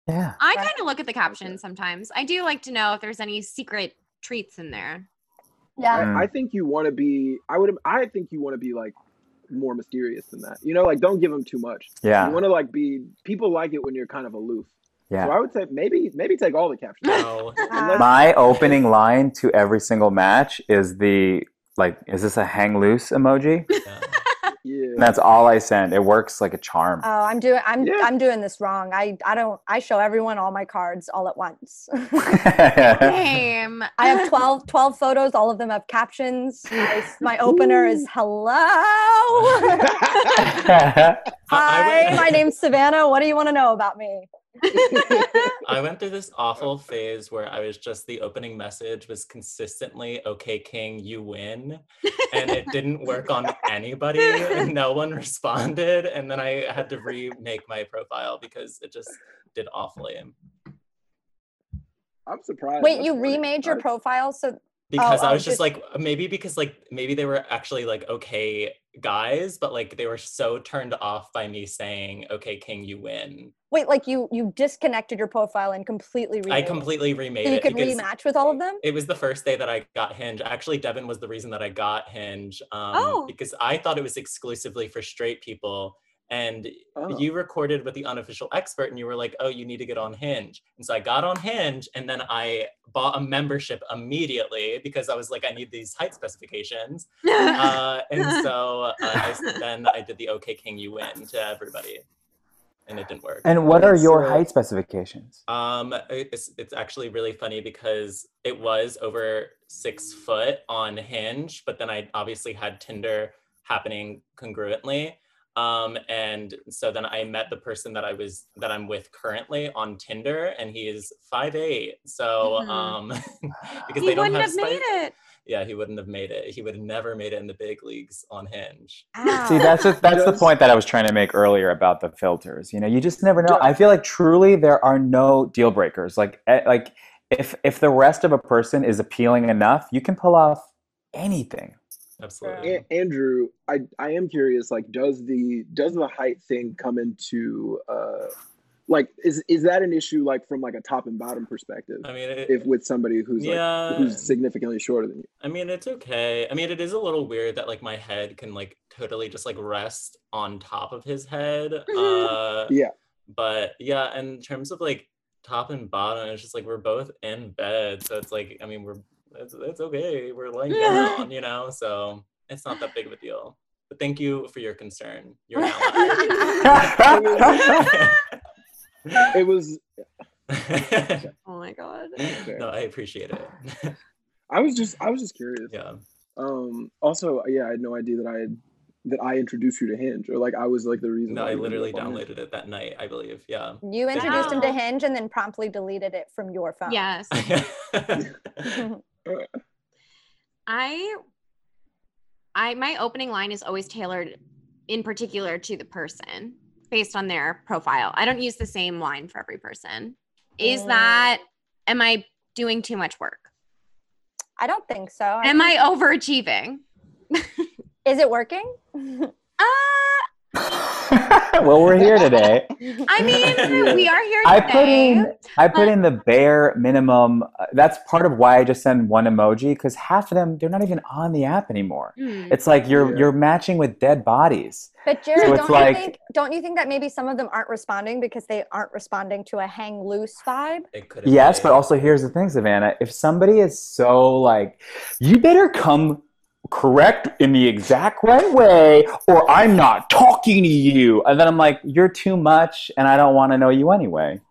Yeah.
I
Right.
kind of look at the captions sometimes. I do like to know if there's any secret treats in there.
Yeah.
Mm.
I, I think you want to be. I would. I think you want to be like more mysterious than that. You know, like don't give them too much. You
Yeah.
want to like be. People like it when you're kind of aloof. So
Yeah.
I would say maybe maybe take all the
[laughs]
captions.
[laughs]
No.
Unless-
My opening line to every single match is the like, is this a hang loose emoji?
no.
And
yeah.
that's all I send. It works like a charm.
Oh, I'm doing I'm
Yeah.
I'm doing this wrong. I I don't I show everyone all my cards all at once. [laughs] Uh.
[laughs]
Same.
I
[laughs]
have
[laughs]
12, 12 photos, all of them have captions. My, my opener is
[laughs]
hello.
I- I
Hi,
[laughs] went-
my name's Savannah. What do you want to know about me?
I went through this awful phase where I was just the opening message was consistently "Okay, King, you win," and it didn't work on anybody. and No one responded, and then I had to remake my profile because it just did awfully.
[laughs] I'm surprised.
Wait,
That's
you
funny.
remade your
I-
profile so
Because
oh,
I was just
just-
like maybe because like maybe they were actually like okay guys, but like they were so turned off by me saying "Okay, King, you win."
wait, like you you disconnected your profile and completely remade
I
it.
completely remade
so you
it
could
because
rematch with all of them?
it was the first day that I got Hinge. Actually, Devin was the reason that I got Hinge um,
Oh.
because I thought it was exclusively for straight people. And
oh.
you recorded with the unofficial expert, and you were like, "Oh, you need to get on Hinge." And so I got on Hinge, and then I bought a membership immediately because I was like, "I need these height specifications." Uh, and so uh, I, then I did the "Okay, King, you win" to everybody. and it didn't work.
[laughs] And what are your height specifications?
Um, it's, it's actually really funny because it was over six foot on Hinge, but then I obviously had Tinder happening congruently. Um, and so then I met the person that I was that I'm with currently on Tinder, and he is five eight. So
Mhm.
um, [laughs] because
He
they don't
wouldn't
have,
have made
spice-
it.
Yeah, he wouldn't have made it. He would have never made it in the big leagues on Hinge.
See,
Ow.
that's the, that's the
Because-
point that I was trying to make earlier about the filters. You know, you just never know.
Yeah.
I feel like truly there are no deal breakers. Like eh, like if if the rest of a person is appealing enough, you can pull off anything. [laughs]
Absolutely.
A- Andrew, I I am curious. Like, does the does the height thing come into uh, like is is that an issue like from like a top and bottom perspective?
Uh,
I mean, it,
If with somebody who's
yeah.
like who's significantly shorter than you,
I mean, it's okay. I mean, it is a little weird that like my head can like totally just like rest on top of his head. Uh,
Yeah.
But yeah, and in terms of like top and bottom, it's just like we're both in bed, so it's like I mean we're it's, it's okay. We're lying down, you know. So it's not that big of a deal. But thank you for your concern. You're an [laughs]
[laughs]
ally.
it was.
oh my god.
no, I appreciate it. [laughs]
I was just I was just curious.
yeah.
Um. Also, yeah, I had no idea that I had that I introduced you to Hinge or like I was like the reason.
No,
why
I
you ended
literally
up on Hinge.
downloaded it that night, I believe. Yeah.
[laughs]
[laughs]
You introduced him to
Wow.
Hinge and then promptly deleted it from your phone. [laughs]
[laughs]
Yes. I I my opening line is always tailored in particular to the person based on their profile. I don't use the same line for every person. Is
Mm.
that am I doing too much work?
I don't think so. I
Am
think-
I overachieving?
Is it working?
Uh
well, we're here today.
I
[laughs]
mean, we are here today.
I put in I put
but-
in the bare minimum. Uh, That's part of why I just send one emoji because half of them they're not even on the app anymore.
Hmm.
It's like you're
Yeah.
you're matching with dead bodies.
But Jared,
it's
don't
like-
you think don't you think that maybe some of them aren't responding because they aren't responding to a hang loose vibe?
It could
Yes, but also here's the thing, Savannah. If somebody is so like, you better come correct in the exact right way, or I'm not talking to you. And then I'm like, you're too much, and I don't want to know you anyway.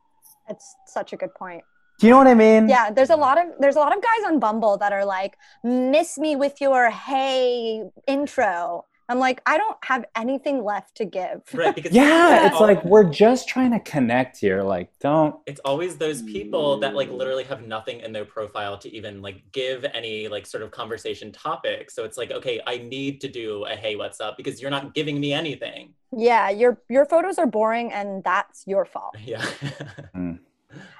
That's such a good point.
Do you know what I mean?
Yeah, there's a lot of there's a lot of guys on Bumble that are like, miss me with your hey intro. I'm like, I don't have anything left to give.
[laughs] right because
Yeah, it's
al-
like we're just trying to connect here. Like, don't.
it's always those people that like literally have nothing in their profile to even like give any like sort of conversation topic. So it's like, okay, I need to do a hey, what's up? Because you're not giving me anything. [laughs]
Yeah, your your photos are boring and that's your fault.
Yeah.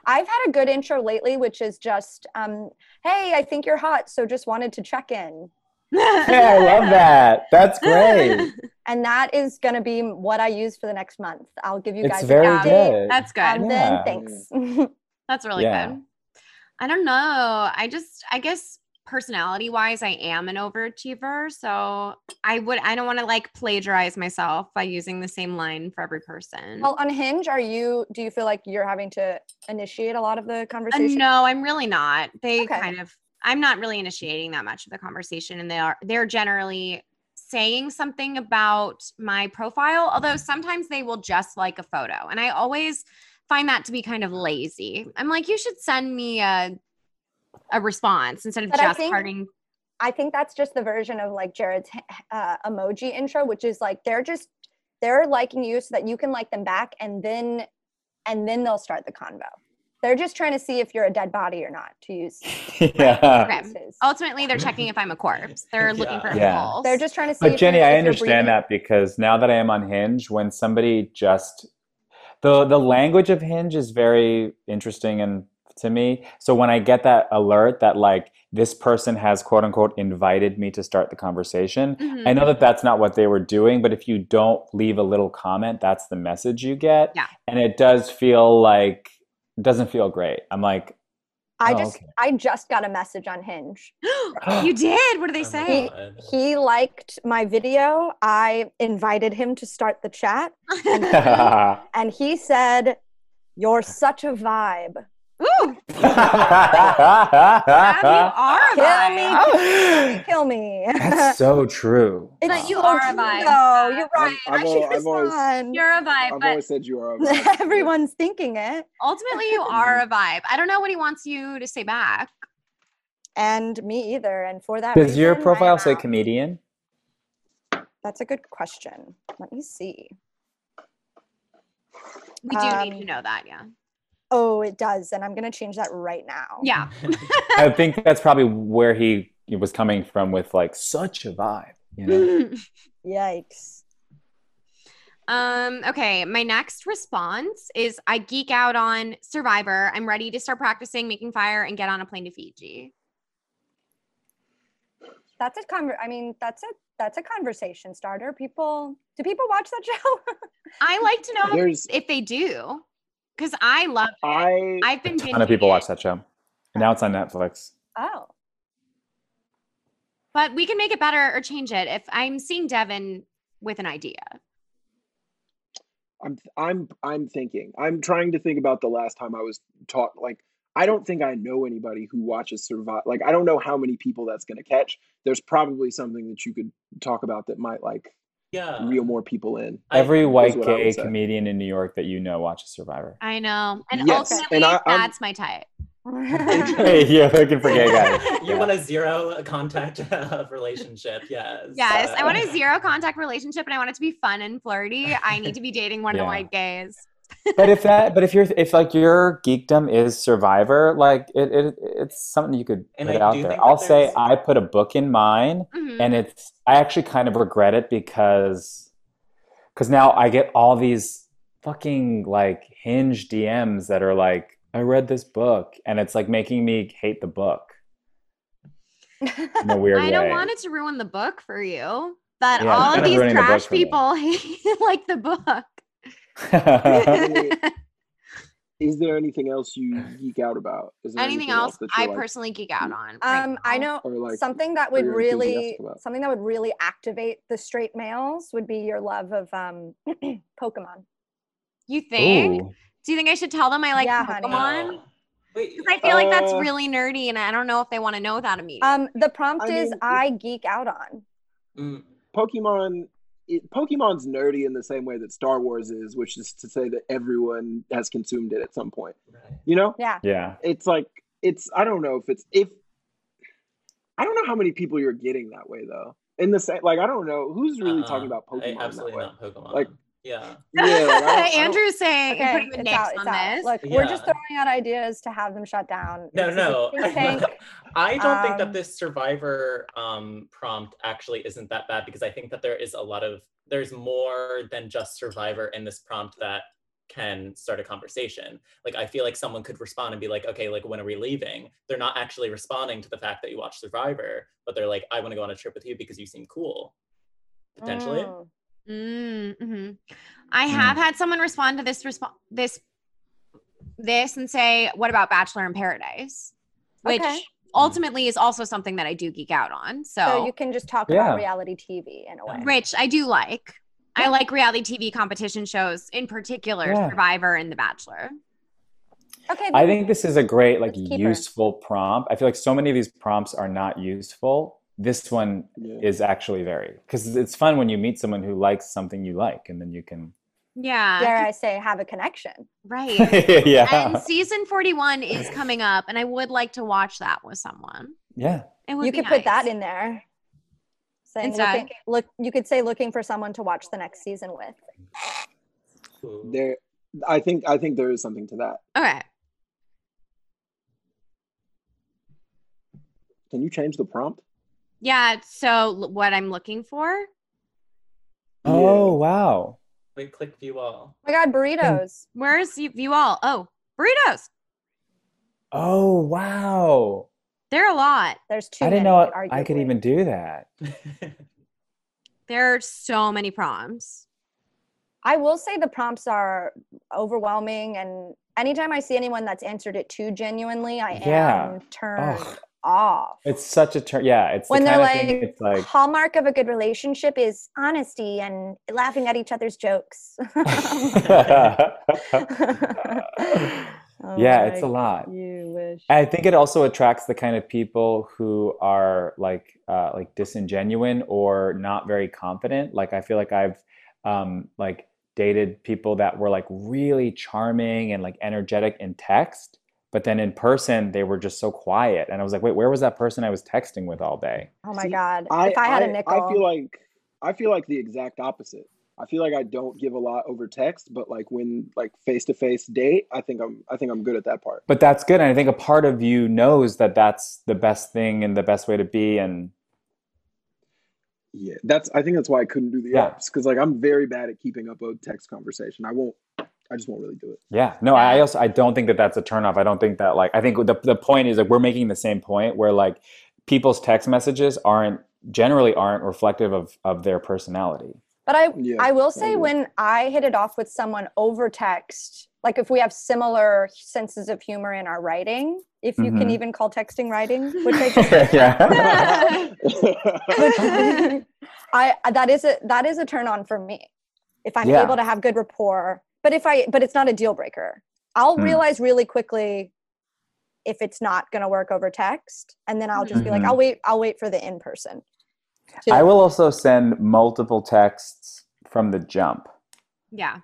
I've had a good intro lately, which is just, um, hey, I think you're hot, so just wanted to check in.
Yeah, I love that. That's great.
And that is going to be what I use for the next month. I'll give you
It's
guys an
very
update,
[laughs]
good.
That's good.
And
Yeah.
Mm.
then thanks.
That's really
Yeah.
good. I don't know. I just, I guess personality wise, I am an overachiever. So I would, I don't want to like plagiarize myself by using the same line for every person.
[laughs] well, on Hinge, are you? Do you feel like you're having to initiate a lot of the
Uh,
conversation?
no, I'm really not. They
Okay.
kind of, I'm not really initiating that much of the conversation. And they are, they're generally saying something about my profile, although sometimes they will just like a photo. And I always find that to be kind of lazy. I'm like, you should send me a, a response instead of
But I
just
think-
parting.
I think that's just the version of like Jared's uh, emoji intro, which is like they're just they're liking you so that you can like them back, and then and then they'll start the convo. They're just trying to see if you're a dead body or not. To use
[laughs] [laughs] yeah.
Okay.
his-
Ultimately, they're checking if I'm a corpse. They're looking for
Yeah.
a pulse.
they're just trying to see.
But
if you're-
Jenny, I
if you're breathing.
understand that because now that I am on Hinge, when somebody just the the language of Hinge is very interesting and to me. So when I get that alert that like this person has quote unquote invited me to start the conversation,
Mhm.
I know that that's not what they were doing, but if you don't leave a little comment, that's the message you get.
Yeah.
And it does feel like doesn't feel great. I'm like, [laughs]
I
Oh,
just
okay.
I just got a message on Hinge.
[gasps] you did.
[laughs]
What do they say?
He liked my video. I invited him to start the chat, and he said, "You're such a vibe."
Ooh, yeah, you
That's
are a bi.
[laughs]
Kill me, kill me, kill me. [laughs]
so true.
It's
But you
so
are a
true,
vibe.
though. You're right.
I've-
I
I've
should
al- I've always-
respond.
You're a vibe,
I've
but
always said
[laughs]
you are.
[laughs]
a-
Everyone's thinking it.
ultimately [laughs] you are a vibe. I don't know what he wants you to say back.
And me either. And for that
Does your
reason, I
profile
am
say
out.
comedian?
That's a good question. Let me see.
We do need
Um,
to know that, yeah.
Oh, it does. And I'm going to change that right now.
Yeah.
I think that's probably where he was coming from with like such a vibe. You know?
Yikes.
[laughs] um, okay, my next response is I geek out on Survivor. I'm ready to start practicing making fire and get on a plane to Fiji.
That's a conver- I mean, that's a that's a conversation starter. People do people watch that show? [laughs]
I like to know if-
There's
if they do because I love it.
I.
I've been
A ton of
binging
people
it.
watch that show. And now it's on Netflix.
oh.
But we can make it better or change it if I'm seeing Devin with an idea.
I'm I'm I'm thinking. I'm trying to think about the last time I was taught like I don't think I know anybody who watches Survive. Like I don't know how many people that's going to catch. There's probably something that you could talk about that might like
Yeah.
reel more people in.
Uh, I-
Every white
what I would
gay
say.
comedian in New York that you know
[laughs]
watches Survivor.
I know. And
Yes,
ultimately,
and I- I'm-
that's my type.
[laughs] hey, you're looking for gay guys.
[laughs] you want a zero contact [laughs] of relationship. Yes.
Yes, I want
Uh,
a zero contact relationship and I want it to be fun and flirty. I need to be dating one of
Yeah.
the white gays.
but if that, but if you're, if like your geekdom is Survivor, like it, it it's something you could
And
put
I
out
do
there.
think that
I'll say
there's-
I put a book in mine,
Mhm.
and it's I actually kind of regret it because, because now I get all these fucking like hinge DMs that are like, I read this book, and it's like making me hate the book in a weird
I
way.
don't
[laughs]
want it to ruin the book for you, but
Yeah, it's
all of
kind of
these
ruining the book
trash
for me.
people [laughs] hate- like the
[laughs]
book. [laughs]
Is there anything else you geek out about? Is there
Anything else
that
I
you're, like-
personally geek out on? right
[laughs] Um, I
now?
know
or like
something that would
you're
really
enthusiastic about?
something that would really activate the straight males would be your love of um [clears throat] Pokemon.
You think?
Ooh,
Do you think I should tell them I like
Yeah, honey.
Pokemon?
[laughs] no. Wait,
'Cause I feel like that's
Uh,
really nerdy and I don't know if they want to know that immediately.
Um, the prompt
I
is
mean,
I geek out on.
mm,
Pokemon it, Pokemon's nerdy in the same way that Star Wars is, which is to say that everyone has consumed it at some point.
right.
You know?
Yeah.
yeah.
it's like it's i don't know if it's if i don't know how many people you're getting that way though in the same like i don't know who's really talking
Uh-uh.
about pokemon
I, absolutely [laughs] not
that
Pokemon.
Like-
yeah.
way. yeah like,
[laughs]
I don't- I don't-
Andrew's saying
Okay,
putting the
it's
names
out, it's
on
out.
this.
Look, we're
Yeah.
just throwing out ideas to have them shut down.
[laughs] No,
This is a
no.
think tank.
I don't think
Um,
that this survivor um, prompt actually isn't that bad because I think that there is a lot of there's more than just survivor in this prompt that can start a conversation. Like I feel like someone could respond and be like, okay, like when are we leaving? They're not actually responding to the fact that you watch Survivor, but they're like, I want to go on a trip with you because you seem cool. [laughs] Potentially.
Mm.
Mm-hmm.
Hmm.
I have had someone respond to this response this this and say, "What about Bachelor in Paradise?" Which
Okay.
ultimately is also something that I do geek out on.
So
So,
you can just talk
Yeah.
about reality TV in a way.
Rich, I do like. I like reality TV competition shows, in particular
Yeah.
Survivor and The Bachelor.
Okay.
I
then
think this is a great, like,
Let's keep her.
useful prompt. I feel like so many of these prompts are not useful. This one
yeah.
is actually very because it's fun when you meet someone who likes something you like, and then you can. [laughs]
Yeah,
dare I say have a connection.
right.
[laughs]
And
yeah,
season forty-one is coming up, and I would like to watch that with someone.
yeah.
It would
You
be
could put that
nice.
in there. Saying
Instead.
looking, look, you could say looking for someone to watch the next season with.
Ooh.
there i think i think there is something to that
Okay.
can you change the prompt
Yeah. So l- what I'm looking for?
Oh wow.
Wait, click view all. [laughs]
Oh my God, burritos.
Where's you, you all? Oh, burritos.
Oh wow.
They're a lot.
There's two.
I didn't know
many,
I could
arguably.
even do that.
There are so many prompts.
I will say the prompts are overwhelming, and anytime I see anyone that's answered it too genuinely, I
Yeah.
am turned
Ugh.
off.
It's such a turn. Yeah, it's
When
the
they're
kind
like,
of thing. It's like
hallmark of a good relationship is honesty and
[laughs]
laughing at each other's jokes. Oh
yeah, it's
my
a lot.
You wish.
I think it also attracts the kind of people who are like uh, like disingenuine or not very confident. Like I feel like I've um, like dated people that were like really charming and like energetic in text, but then in person they were just so quiet. And I was like, wait, where was that person I was texting with all day?
[laughs] oh my
See,
god.
I,
if I had
I-
a nickel.
I feel like I feel like the exact opposite. I feel like I don't give a lot over text, but like when like face to face date, I think I'm I think I'm good at that part.
But that's good, and I think a part of you knows that that's the best thing and the best way to be. And
Yeah, that's I think that's why I couldn't do the
Yeah.
apps because like I'm very bad at keeping up a text conversation. I won't. I just won't really do it.
Yeah, no, I also I don't think that that's a turnoff. I don't think that like I think the the point is like we're making the same point where like people's text messages aren't generally aren't reflective of of their personality.
But I
Yeah,
I will
I
say
agree.
when I hit it off with someone over text, like if we have similar senses of humor in our writing, if you can
Mm-hmm.
Mhm.
even call texting writing, which
[laughs]
I
[laughs]
just
yeah.
[laughs] I I- that is a that is a turn on for me. If I'm
Yeah.
able to have good rapport, but if I but it's not a deal breaker. I'll
Hmm.
realize really quickly if it's not going to work over text, and then I'll just be like,
Mhm.
I'll wait. I'll wait for the in person. to-
I will also send multiple texts from the jump.
yeah.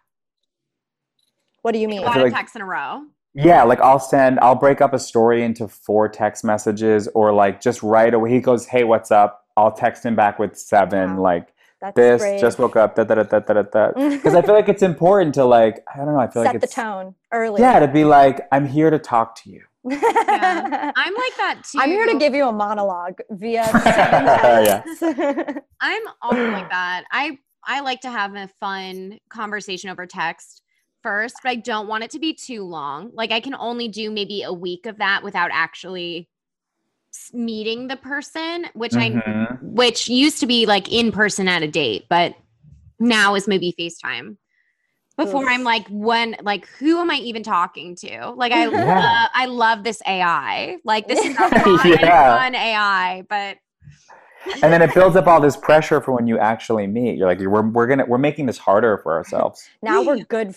What do you
A
mean?
I
lot
feel
of
like-
texts in a row.
Yeah, like I'll send I'll break up a story into four text messages or like just right away he goes, "Hey, what's up?" I'll text him back with seven
Wow.
like
That's
this
brave. [laughs]
just woke up da da da da da da because I feel like it's important to like I don't know I feel
set
like
the
it's
tone early.
Yeah, to be like, I'm here to talk to you.
[laughs]
Yeah. I'm like that too.
I'm here to give you a monologue
[laughs]
via.
Yeah.
sentence.
I'm also like that. I I like to have a fun conversation over text first, but I don't want it to be too long. Like I can only do maybe a week of that without actually s- meeting the person, which I
[laughs]
Mhm.
which used to be like in person at a date, but now is maybe FaceTime. Before
Ugh.
I'm like when like who am I even talking to? Like I
Yeah.
love I love this AI. Like this is a
Yeah.
fun AI, but
And then it builds up all this pressure for when you actually meet. You're like, we're, we're gonna we're making this harder for
[laughs]
ourselves.
[laughs] now we're good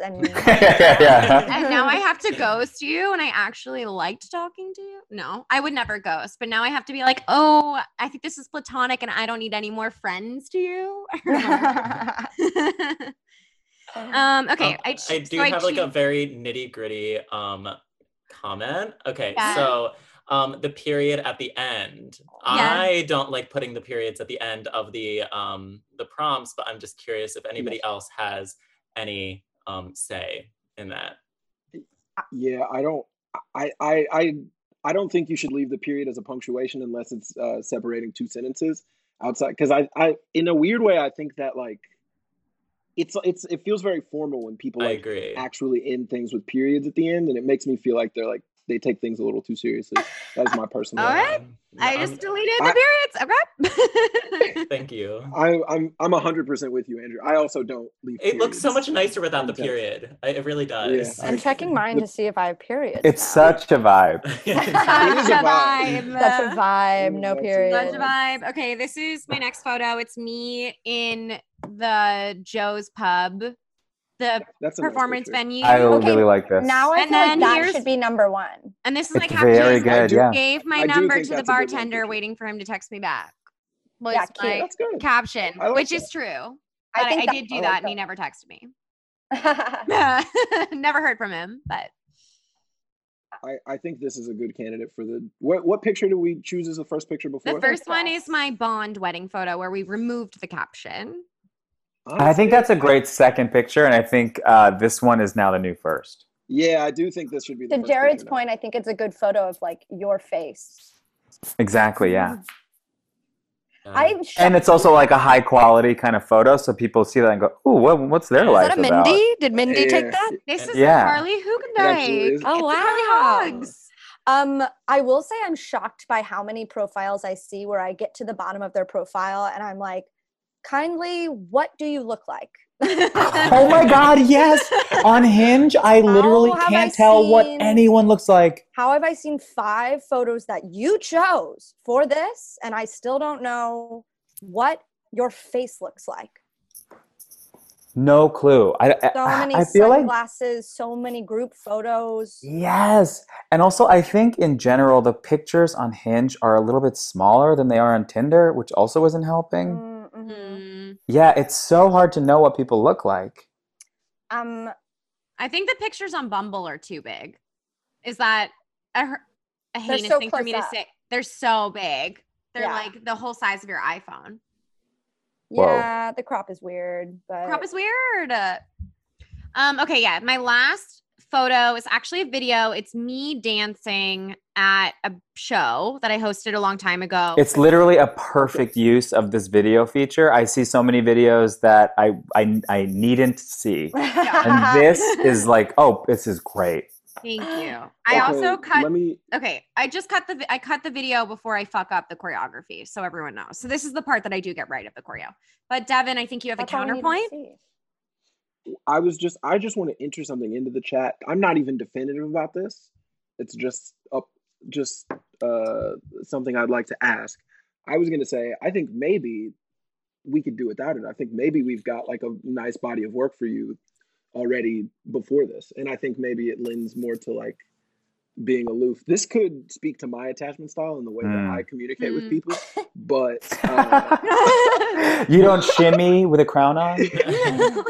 [laughs]
and
yeah.
and now I have to ghost you. And I actually liked talking to you. No, I would never ghost, but now I have to be like, oh, I think this is platonic and I don't need any more friends to you. [laughs] um, okay.
Um,
I, ch-
I do
so
have like a
changed-
very nitty gritty um comment. Okay,
Yeah.
so um the period at the end. I don't like putting the periods at the end of the um the prompts, but I'm just curious if anybody else has any um say in that.
Yeah, I don't. I I I I don't think you should leave the period as a punctuation unless it's uh, separating two sentences outside. Because I I in a weird way I think that like it's it's it feels very formal when people
I
like
agree.
actually end things with periods at the end, and it makes me feel like they're like they take things a little too seriously. That's my personal.
All
Yeah.
right. I
Um,
just deleted
I-
the periods. Okay.
[laughs] Thank you.
I, I'm I'm hundred percent with you, Andrew. I also don't leave.
It looks so
periods.
much nicer without the
Context.
period. I, it really does.
Yeah,
[laughs]
I'm checking mine to see if I have periods.
It's
now.
such a vibe.
[laughs]
[laughs]
Such
is a
a
vibe.
vibe.
That's a vibe,
Ooh,
no
that's a
period.
Such a vibe. Okay, this is my next photo. It's me in the Joe's Pub, the
That's a nice
performance
picture.
venue.
I
Okay,
really like this.
Now I
And
feel
then
like that
here's-
should be number one.
And this is my
it's
caption.
very
I
good.
do-
Yeah.
Gave my
I do
number
think
to the
that's a good one,
bartender,
Rachel.
waiting for him to text me back. Was
Yeah,
my
cute.
That's good.
caption,
I like
which
that.
is true.
I
But I,
think
I
[laughs] that-
did do
I
that,
like
and he never texted me. [laughs]
that.
never heard from him. But
I, I think this is a good candidate for the what what picture do we choose as the first picture
the
before?
first one is my Bond wedding photo, where we removed the caption.
I think that's a great second picture, and I think uh, this one is now the new first.
yeah, I do think this should be the
to
first
Jared's
picture now.
point, I think it's a good photo of like your face.
Exactly. Yeah.
Yeah.
I'm
And it's also like a high quality kind of photo, so people see that and go, "Ooh, what, what's their
Is
Is
life
that a
about?"
Mindy? Did Mindy
Yeah.
take that?
This is
Yeah.
Carly
actually
Hugendyke.
is.
Oh,
It's
wow.
Carly Hugs.
Um, I will say I'm shocked by how many profiles I see where I get to the bottom of their profile and I'm like, kindly, what do you
[laughs]
look like? [laughs]
Oh my God! Yes, on Hinge, I literally
Oh, have I
can't tell what
seen-
anyone looks like.
How have I seen five photos that you chose for this and I still don't know what your face looks like?
No clue. I, I-
So many
I feel like
sunglasses, so many group photos.
Yes. And also, I think in general, the pictures on Hinge are a little bit smaller than they are on Tinder, which also isn't helping.
Mm, mhm.
Mm.
Yeah, it's so hard to know what people look like.
Um,
I think the pictures on Bumble are too big. Is that a, her- a
They're
heinous
so
thing for me
close
to
up.
say? They're so big. They're
Yeah.
like the whole size of your iPhone.
Whoa.
yeah, the crop is weird, but [laughs]
Crop is weird. Um, okay, yeah. My last photo is actually a video. It's me dancing at a show that I hosted a long time ago.
It's literally a perfect use of this video feature. I see so many videos that I, I, I needn't see. And this is like, oh, this is great.
Thank
[gasps]
you. I also
Okay,
cut
Let me.
okay i just cut the vi- i cut the video before i fuck up the choreography so everyone knows so this is the part that i do get right of the choreo but devin i think you have a
That's all we need to
counterpoint
see.
I was just. I just want to enter something into the chat. I'm not even definitive about this. It's just up. Just uh, something I'd like to ask. I was gonna say. I think maybe we could do without it. I think maybe we've got like a nice body of work for you already before this, and I think maybe it lends more to like being aloof. This could speak to my attachment style and the way
Mm.
that I communicate with
Mm.
people, but. Uh,
[laughs] you don't shimmy with a crown on?
[laughs]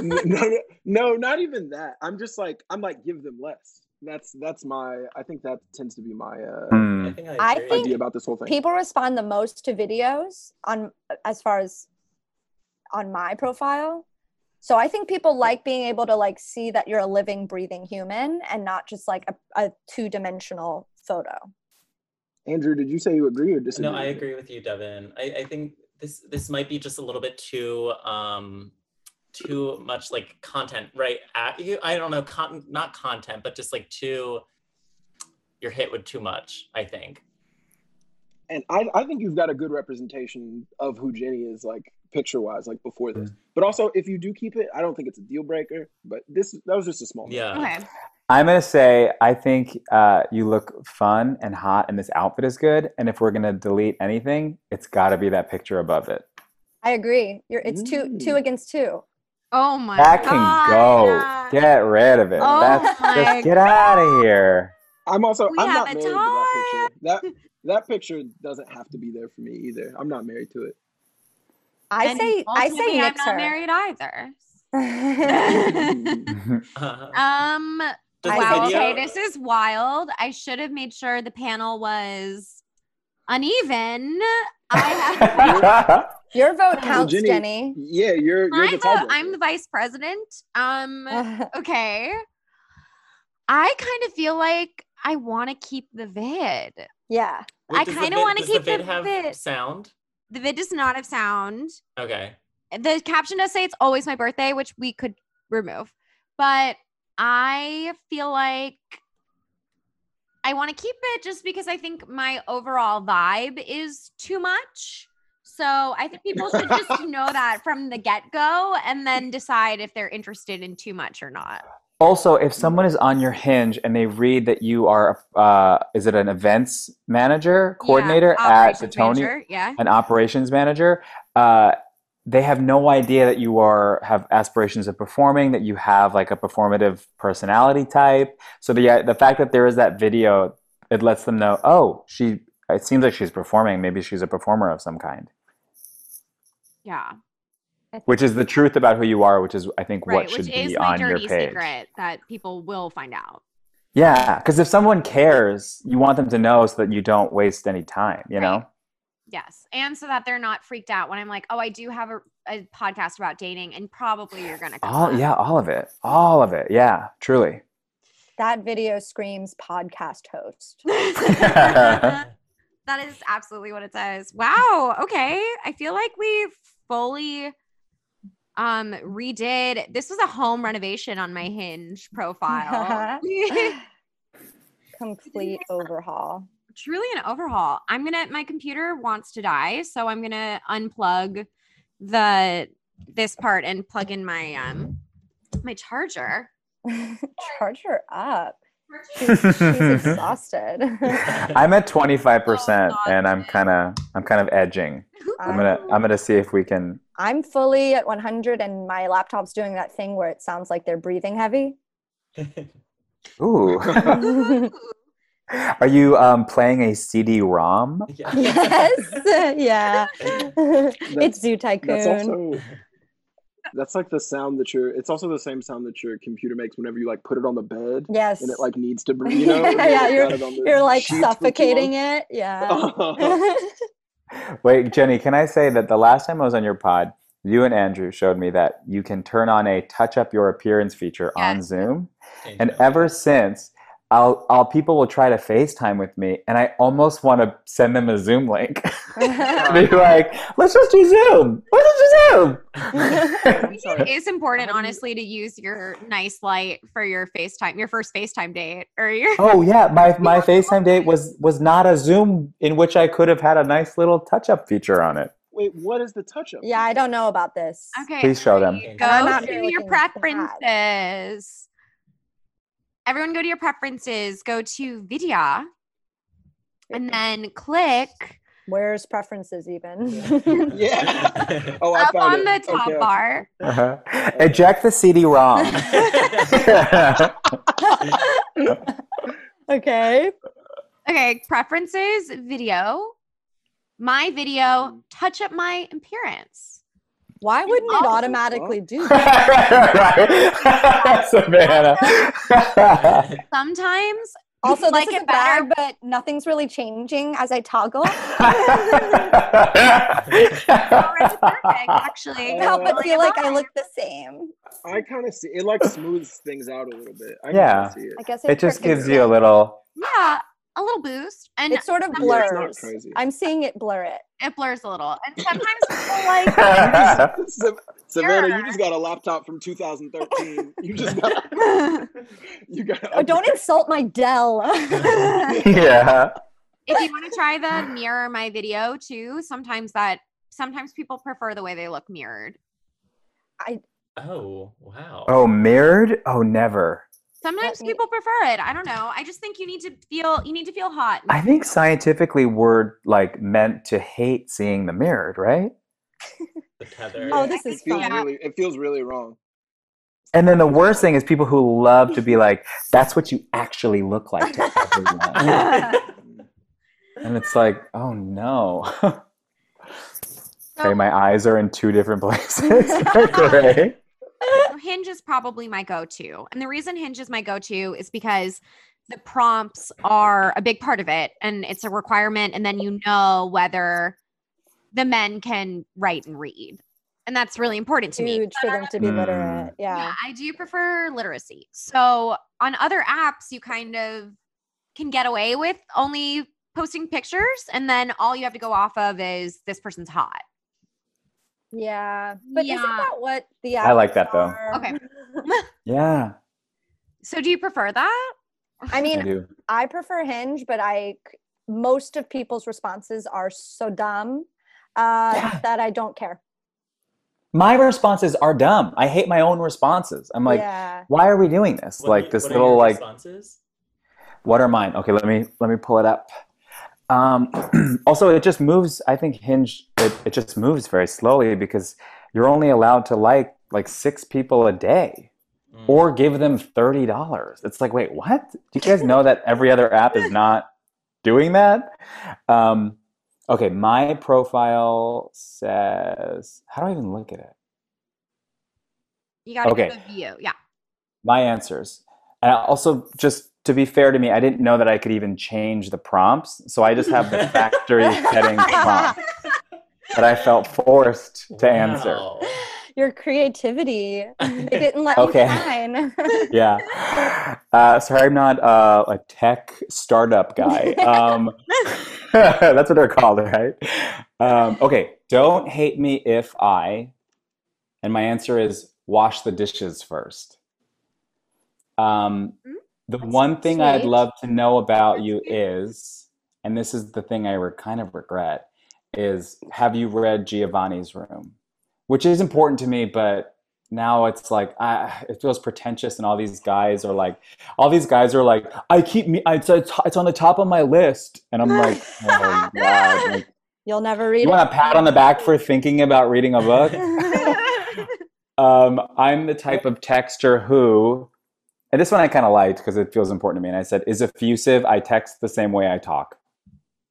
no, no, no, not even that. I'm just like I'm like give them less. That's that's my. I think that tends to be my uh,
Hmm.
I think I,
I
agree.
think-
idea about this whole thing.
people respond the most to videos on as far as on my profile so i think people like being able to like see that you're a living breathing human and not just like a, a two-dimensional photo
Andrew, did you say you agree or disagree?
No, I
with it?
agree with you, Devin. I, I think this this might be just a little bit too um too much like content right at you. I don't know, con- not content, but just like too you're hit with too much, I think.
And I, I think you've got a good representation of who Jenny is, like picture wise, like before
Mm-hmm.
this. But also, if you do keep it, I don't think it's a deal breaker. But this that was just a small. note.
Yeah. [laughs]
okay
I'm gonna say I think uh, you look fun and hot, and this outfit is good. And if we're gonna delete anything, it's got to be that picture above it.
i agree you're it's two two
Mm.
against two
oh my
that can
God.
go. Get rid of it.
oh
That's
my
just get out of here.
I'm also
We
I'm
have
not
a
married to that picture. That that picture doesn't have to be there for me either. I'm not married to it.
i
And
say i
ultimately,
say
i'm
mix
not
[laughs]
married either
her
Uh,
um
does the
wow
video-
okay this is wild i should have made sure the panel was uneven [laughs] i
[laughs]
have
[laughs] your vote
Oh,
counts
Jenny.
[laughs]
jenny [laughs]
[laughs] Yeah, you're you're
my
the
vote
tiebreaker.
i'm the vice president um okay. I kind of feel like I want to keep the vid.
yeah
I
does the
kinda
vid-
wanna
does
keep
the vid
the
have
vid.
sound.
The vid does not have sound.
Okay. [laughs]
The caption does say it's always my birthday, which we could remove. But I feel like I want to keep it just because I think my overall vibe is too much. So I think people should [laughs] just know that from the get go and then decide if they're interested in too much or not.
also, if someone is on your Hinge and they read that you are, uh, is it an events manager,
Yeah,
coordinator at the
operations
Tony?
manager, Yeah.
an operations manager, uh, they have no idea that you are have aspirations of performing, that you have like a performative personality type. So the the fact that there is that video, it lets them know, oh, she. It seems like she's performing. Maybe she's a performer of some kind,
Yeah.
which is the truth about who you are, which is I think what
right,
should
which is
be
my
on your
dirty
page.
secret that people will find out.
Yeah, because if someone cares, you want them to know so that you don't waste any time. You
Right.
know.
Yes, and so that they're not freaked out when I'm like, "Oh, I do have a, a podcast about dating, and probably you're gonna come."
All
up."
Oh, yeah, [laughs] all of it, all of it. Yeah, truly.
that video screams podcast
[laughs]
host
[laughs]
[sighs]
that is absolutely what it says. Wow. Okay, I feel like we fully um redid. This was a home renovation on my Hinge
[laughs]
profile. [laughs]
complete overhaul [laughs]
truly an overhaul. I'm gonna my computer wants to die, so I'm gonna unplug the this part and plug in my um my charger.
Charge her up. She's exhausted.
[laughs]
[laughs]
I'm at 25%
Oh, Um,
and I'm kind of I'm kind of edging. I'm going to I'm going to see if we can
I'm fully at 100, and my laptop's doing that thing where it sounds like they're breathing heavy. [laughs]
[laughs]
Ooh. [laughs]
Ooh.
Are you um, playing a CD-ROM?
Yeah.
yes, [laughs] yeah. it's Zoo
That's
Tycoon.
also that's like the sound that your it's also the same sound that your computer makes whenever you like put it on the bed
Yes,
and it like needs to breathe. You
[laughs]
know,
Yeah, you're- you're like suffocating it.
[laughs]
Yeah. [laughs]
it.
Wait, Jenny, can I say that the last time I was on your pod, you and Andrew showed me that you can turn on a touch up your appearance feature on
Yes.
Zoom.
Thank
And
you.
ever since, I'll, I'll people will try to FaceTime with me and I almost want to send them a Zoom link. [laughs] Be like, let's just do Zoom. Let's just
[laughs]
do Zoom. [laughs]
I'm
It
[laughs] sorry.
is important,
How do you-
honestly, to use your nice light for your FaceTime, your first FaceTime date, or
[laughs]
your
Oh yeah, my my FaceTime date was was not a Zoom in which I could have had a nice little touch up feature on it.
Wait, what is the touch up?
yeah, I don't know about this.
okay.
Please show them.
Go
I'm
not
to
really
your
looking at that.
preferences. Everyone, go to your preferences. Go to video, and then click
Where's preferences even?
Yeah. Oh, I
up on
found it.
the top
Okay, okay.
bar.
Uh-huh. Eject the [laughs] CD-ROM.
[laughs]
[laughs]
okay.
Okay, preferences, video, my video, touch up my appearance.
Why wouldn't it
Oh, [laughs]
automatically do that?
right, Savannah.
[laughs]
Sometimes
Also, this
Like
isn't
it better-
bad, but nothing's really changing as I
[laughs]
toggle. [laughs]
already perfect,
[laughs]
actually.
No,
Help but
Oh,
feel like I look the same.
I kind of see it. Like smooths things out a little bit. I
Yeah.
kinda see it.
I guess it,
it just
perfects
gives you a little.
yeah, a little boost, and
It sort of
Yeah,
it's not
blurs.
crazy.
[laughs] I'm seeing it blur it.
it blurs a little. And sometimes people like
[laughs]
[laughs] Sav- Savannah,
Sure.
you just got a laptop from 2013. You just got
[laughs]
you got.
Oh, don't insult my [laughs] Dell.
[laughs] yeah.
if you want to try the mirror my video too, sometimes that sometimes people prefer the way they look mirrored.
[laughs] oh wow.
Oh, mirrored? Oh, never.
Sometimes
me-
people prefer it. I don't know. I just think you need to feel you need to feel hot.
I think scientifically we're like meant to hate seeing the mirrored, right?
The tether. [laughs]
Oh, this
it
is
feels
fun.
really. It feels really wrong.
And then the worst thing is people who love to be like, "That's what you actually look like to
[laughs]
everyone," and it's like, "Oh no." [laughs]
So-
Okay, my eyes are in two different places. [laughs] Great.
So Hinge is probably my go to. And the reason Hinge is my go to is because the prompts are a big part of it and it's a requirement. And then you know whether the men can write and read. And that's really important to me.
Huge for them to be
Mm.
literate.
Yeah,
Yeah.
I do prefer literacy. So on other apps, you kind of can get away with only posting pictures. And then all you have to go off of is this person's hot.
Yeah. But isn't
Yeah.
that what the
I like that, though.
algorithms
Okay.
are?
Yeah,
So do you prefer that?
I
I
mean,
do.
I prefer Hinge, but I c- most of people's responses are so dumb uh,
Yeah.
that I don't care.
My responses are dumb. I hate my own responses. I'm like,
yeah,
why are we doing this?
What are
like
you-
this
what are
little
your
like,
responses?
what are mine? Okay, let me let me pull it up. Um, [clears throat] also, it just moves. I think Hinge it, it just moves very slowly because you're only allowed to like like six people a day
Mm.
or give them thirty dollars. It's like, wait, what? Do you guys know that every other app is not doing that? Um, okay, my profile says. How do I even look at it?
You got to
Okay.
okay. the view. Yeah. [laughs]
my answers. And I also, just to be fair to me, I didn't know that I could even change the prompts. So I just have the factory setting prompt that I felt forced to answer.
[laughs]
Wow.
your
[laughs]
creativity. They didn't let
Okay.
me shine. [laughs]
Yeah. Uh, sorry, I'm not uh, a tech startup guy. Um, [laughs] that's what they're called, right? Um, okay. Don't hate me if I. And my answer is wash the dishes first. Um,
Mm,
the one thing I'd
sweet.
love to know about
That's
you
sweet.
is, and this is the thing I re- kind of regret, is have you read Giovanni's Room? Which is important to me, but now it's like I, it feels pretentious and all these guys are like all these guys are like i keep me it's, it's, it's on the top of my list and i'm like oh god like,
You'll never read
you
it.
want a pat on the back for thinking about reading a book um, i'm the type of texter who and this one i kind of liked because it feels important to me and i said is effusive i text the same way i talk [laughs]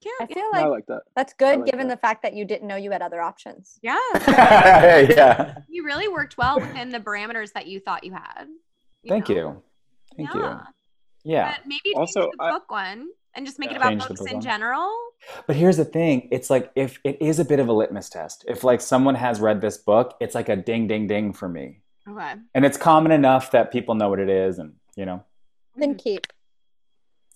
Cute.
I feel
I
like
like that.
that's good,
like
given
that.
the fact that you didn't know you had other options.
yeah.
[laughs] yeah
You really worked well within the parameters that you thought you had.
thank
know?
you thank
Yeah.
you yeah
But maybe
Also,
also, the
I-
book one and just make
Yeah.
it about
Change the
books
book
in
one.
general.
But here's the thing, it's like if it is a bit of a litmus test. If like someone has read this book, it's like a ding ding ding for me.
[laughs] Okay.
And it's common enough that people know what it is and you know.
Then keep. [laughs]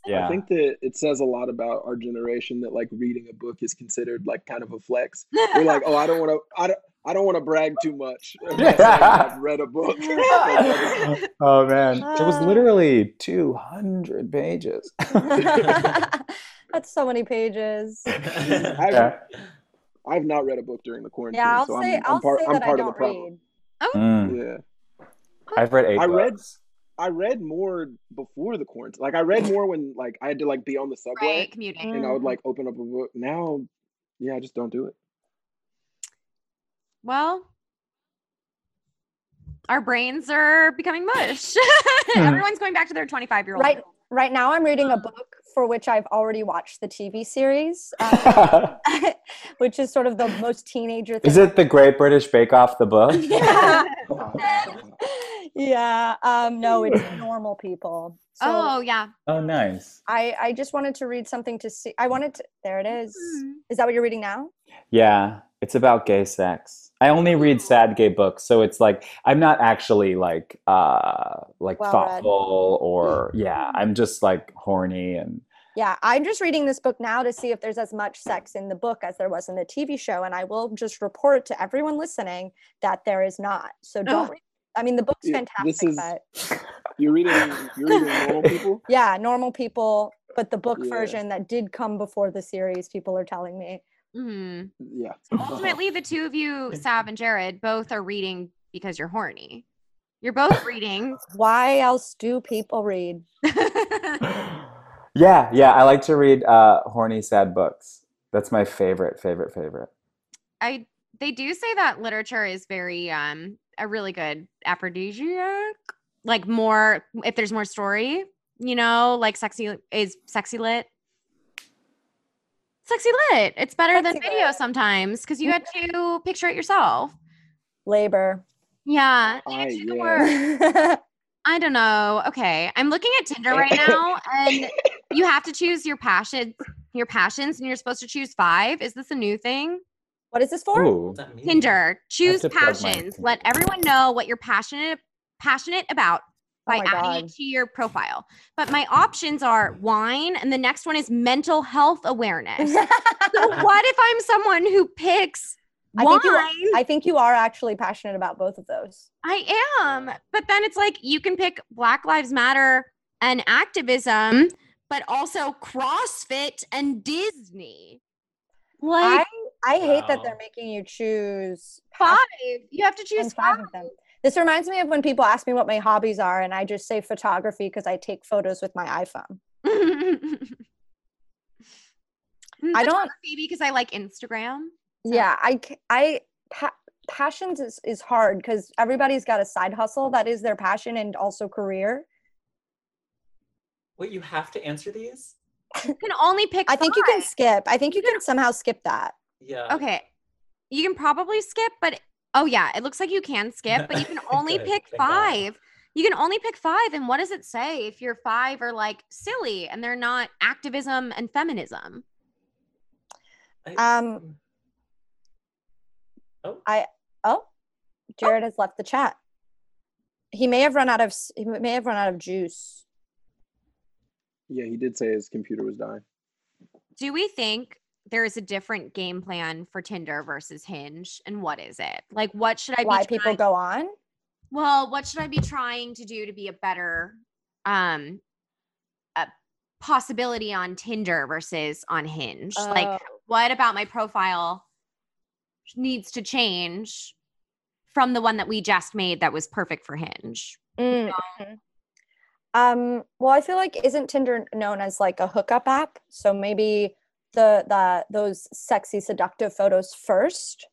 Yeah.
I
[laughs]
think that it says a lot about our generation that like reading a book is considered like kind of a flex. We're like, oh, I don't want to, I don't, I don't want to brag too much. about saying
Yeah.
I've read a
[laughs]
book.
oh man. It was
Uh.
literally 200 pages.
that's so many pages.
[laughs] I've, I've not read a book during the quarantine,
Yeah, I'll
so
say
I'm,
i
I'm
will
part,
say
I'm
that I
part of the
don't
problem.
read.
[laughs] Mm.
Yeah,
I've read 8
I read-
books.
I read more before the quarantine. Like I read more when like I had to like be on the subway
Right. Commuting.
and I
Mm.
would like open up a book. Now, yeah, I just don't
[laughs]
do it.
Well, our brains are becoming mush. [laughs]
Hmm.
Everyone's going back to their 25 year old. [laughs]
Right right now I'm reading a book for which I've already watched the TV series,
[laughs]
um, [laughs] which is sort of the most teenager thing.
is it The Great British Bake Off the book?
[laughs] yeah. yeah. Um, no,
[laughs]
it's normal people. [laughs] So
oh, yeah.
Oh nice.
I, I just wanted to read something to see. I wanted to. There it is.
Mm-hmm.
Is that what you're reading now?
Yeah, it's about gay sex. I only read sad gay books, so it's like I'm not actually like uh like
Well read.
thoughtful or yeah,
[laughs]
I'm just like horny and [gasps]
Yeah, I'm just reading this book now to see if there's as much sex in the book as there was in the TV show. And I will just report to everyone listening that there is not. So don't. read- I mean, the book's
Oh. Yeah,
fantastic,
this is-
but
You're reading, you're reading
[laughs]
normal people.
yeah, normal people. But the book
Yeah.
version that did come before the series, people are telling me. Hmm.
Mhm.
Yeah.
Ultimately, the two of you, Sav and Jared, both are reading because you're horny. You're both reading. [laughs]
Why else do people read?
yeah, yeah, I like to read uh horny sad books. That's my favorite, favorite, favorite.
I they do say that literature is very um a really good aphrodisiac. Like more if there's more story, you know, like sexy is sexy lit. Sexy lit. It's better than
Sexy
video
lit.
sometimes because you had to picture it yourself.
Labor. [laughs]
Yeah. you
I,
had to do the
yeah.
work. I don't know. Okay, I'm looking at Tinder right now, and you have to choose your passion, your passions, and you're supposed to choose five. Is this a new thing?
what is this for?
Ooh.
Tinder, choose
to plug my
passions. Let everyone know what you're passionate passionate about by
Oh my
adding
God.
it to your profile. But my options are wine, and the next one is mental health
[laughs]
awareness. so what if I'm someone who picks
I
wine?
think you- [laughs] I think you are actually passionate about both of those.
I am. But then it's like you can pick Black Lives Matter and activism, but also CrossFit and Disney. Like
I hate that they're
Wow.
making you choose
five. You have to choose
and
five.
five of them. This reminds me of when people ask me what my hobbies are, and I just say photography because I take photos with my iPhone.
[laughs]
Hmm, I don't-
because I like Instagram. So-
Yeah, I, c- I, pa- passions is, is hard because everybody's got a side hustle that is their passion and also career.
Wait, you have to answer these?
You can only pick
I think you can
five.
skip. I think you can somehow skip that.
Yeah.
Okay. You can probably skip, but oh yeah, it looks like you can skip, but you
[laughs]
can only
Good,
pick
thank God.
five. You can only pick five. And what does it say if your five are like silly and they're not activism and feminism?
I- hmm.
Um,
oh,
oh, Jared has left the chat. He may have run out of s- he may have run out of juice.
Yeah, he did say his computer was dying.
Do we think there is a different game plan for Tinder versus Hinge? And what is it? Like what should I
Why
be
people
trying-
go on?
well, what should I be trying to do to be a better um a possibility on Tinder versus on Hinge? like
Oh.
what about my profile needs to change from the one that we just made that was perfect for Hinge.
Mm. Um, well, I feel like isn't Tinder known as like a hookup app? So maybe the the those sexy seductive photos first.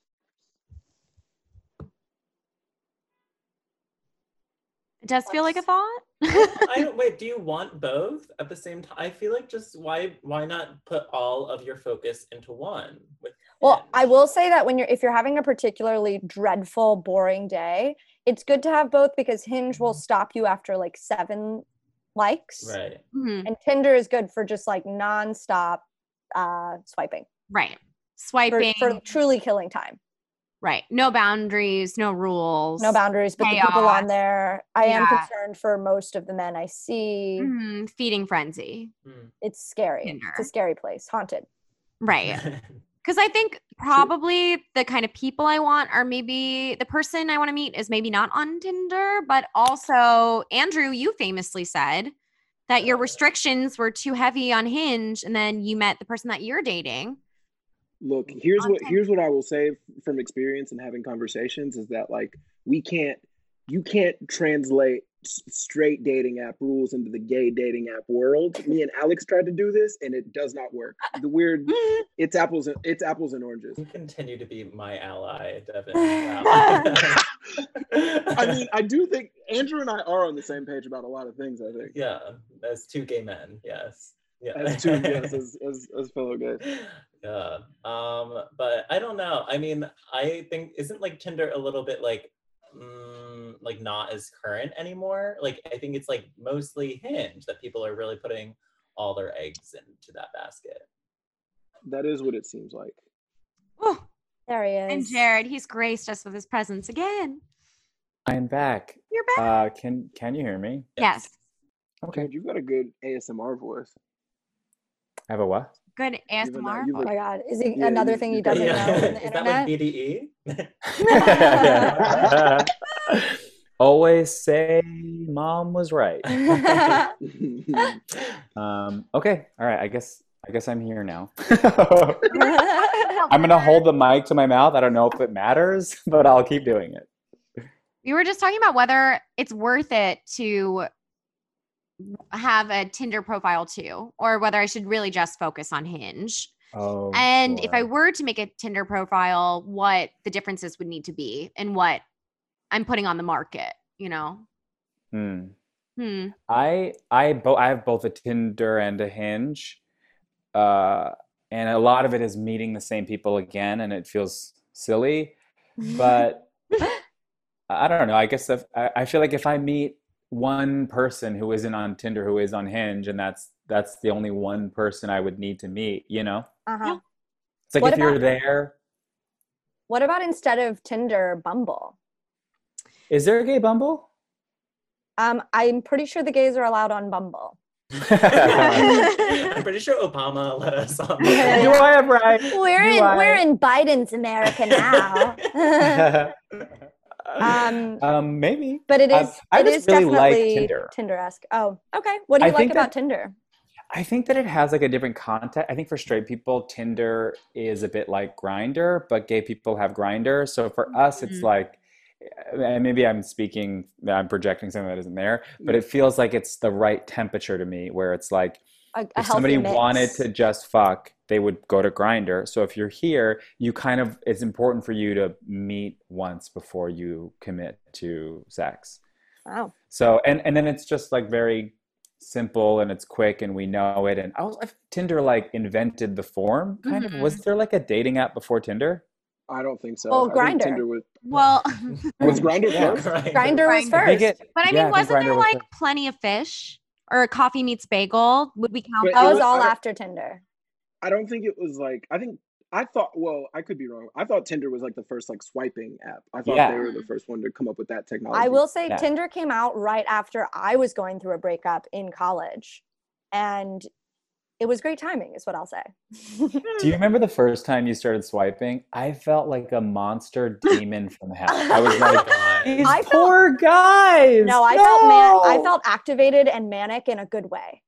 It does feel like a thought. [laughs]
I don't wait. Do you want both at the same time? I feel like just why why not put all of your focus into one? With
Well,
Hinge?
I will say that when you're if you're having a particularly dreadful, boring day, it's good to have both because Hinge will stop you after like seven likes,
Right.
Mhm.
and Tinder is good for just like nonstop uh, swiping
Right.
for,
Swiping.
for truly killing time.
right. No boundaries, no rules.
No boundaries, but the people on
chaos.
there, I am
Yeah.
concerned for most of the men I see.
Mhm. Feeding frenzy.
Mm.
It's scary. It's
Tinder.
a scary place, haunted.
Right. Because I think probably the kind of people I want are maybe the person I want to meet is maybe not on Tinder, but also, Andrew, you famously said that your restrictions were too heavy on Hinge, and then you met the person that you're dating.
Look, here's what
Content.
here's what I will say from experience and having conversations is that like we can't you can't translate s- straight dating app rules into the gay dating app world. Me and Alex tried to do this and it does not work. The weird it's apples and it's apples and
[laughs]
oranges.
You continue to be my ally,
[laughs]
Devin. Wow.
I mean, I do think Andrew and I are on the same page about a lot of things, I think.
[laughs] yeah, as two gay men. Yes. Yeah.
As two yes, as, as as fellow guys.
yeah. Um, but I don't know. I mean, I think isn't like Tinder a little bit like mm, like not as current anymore? Like I think it's like mostly hinge that people are really putting all their eggs into that basket.
That is what it seems like.
Oh,
There he is.
and Jared, he's graced us with his presence again.
I'm back.
You're back.
Uh, can can you hear me?
yes.
Okay.
Dude, you've got a good ASMR voice. [laughs]
I have a
[laughs]
what? [laughs]
Good
You've been-
ASMR.
you've
Oh my God. Is he
Yeah,
another
you-
thing
you
he
got-
doesn't
yeah.
know
[laughs]
on the
[laughs] Is that like E?
internet?
BDE?
Always say mom was right. Um, okay. All right. I guess I guess I'm here now. [laughs] I'm gonna hold the mic to my mouth. I don't know if it matters, [laughs] but I'll keep doing it.
We were just talking about whether it's worth it to have a Tinder profile too, or whether I should really just focus on Hinge.
Oh.
And if I
sure.
were to make a Tinder profile, what the differences would need to be and what I'm putting on the market, you know?
Hmm.
Hmm.
I I bo I have both a Tinder and a Hinge. Uh, and a lot of it is meeting the same people again, and it feels silly.
[laughs]
But I don't know. I guess if, I, I feel like if I meet one person who isn't on Tinder, who is on Hinge, and that's that's the only one person I would need to meet, you know?
[laughs] uh-huh.
It's like
What
if you're
about-
there,
What about instead of Tinder, Bumble?
is there a gay
[laughs]
Bumble? [laughs]
Um, I'm pretty sure the gays are allowed on Bumble.
[laughs] I'm pretty sure Obama let us on.
[laughs]
Do I have right?
We're
Do
in we're
I?
in Biden's America now. [laughs]
[laughs]
um,
um, maybe.
[laughs] but it
Um,
is
I
it
just
is
really like
definitely
Tinder.
Tinder-esque. Oh, okay. What do
I
you like
think that-
about Tinder?
I think that it has like a different context. I think for straight people, Tinder is a bit like Grinder, but gay people have Grinder. So for us, it's
Mhm.
like, eh, and maybe I'm speaking, I'm projecting something that isn't there, but it feels like it's the right temperature to me, where it's like
A, a
if somebody
healthy
wanted
mix.
to just fuck, they would go to Grinder. So if you're here, you kind of it's important for you to meet once before you commit to sex.
Wow.
So and and then it's just like very simple and it's quick and we know it. And I was if Tinder like invented the form kind of.
Mm-hmm.
Was there like a dating app before Tinder?
I don't think so.
Oh,
I think
Grindr.
Tinder was
Well,
was Grinder
[laughs]
Yeah.
first.
Grinder was
Grindr.
I think
first.
it-
[laughs] but I mean,
yeah, I think
wasn't
Grindr
there
was
like
the-
plenty of fish or coffee meets bagel? Would we count
But
that
it
those?
was all
I-
after Tinder.
I don't think it was like I think I thought well, I could be wrong. I thought Tinder was like the first like swiping app. I thought they
Yeah.
were the first one to come up with that technology.
I will say
Oh, Yeah.
Tinder came out right after I was going through a breakup in college. And it was great timing, is what I'll say.
Do you remember the first time you started swiping? I felt like a
[laughs]
monster demon from hell. I was like, these [laughs]
[laughs] I felt-
poor guys.
no, I felt man I
no!" [laughs]
felt activated and manic in a good way.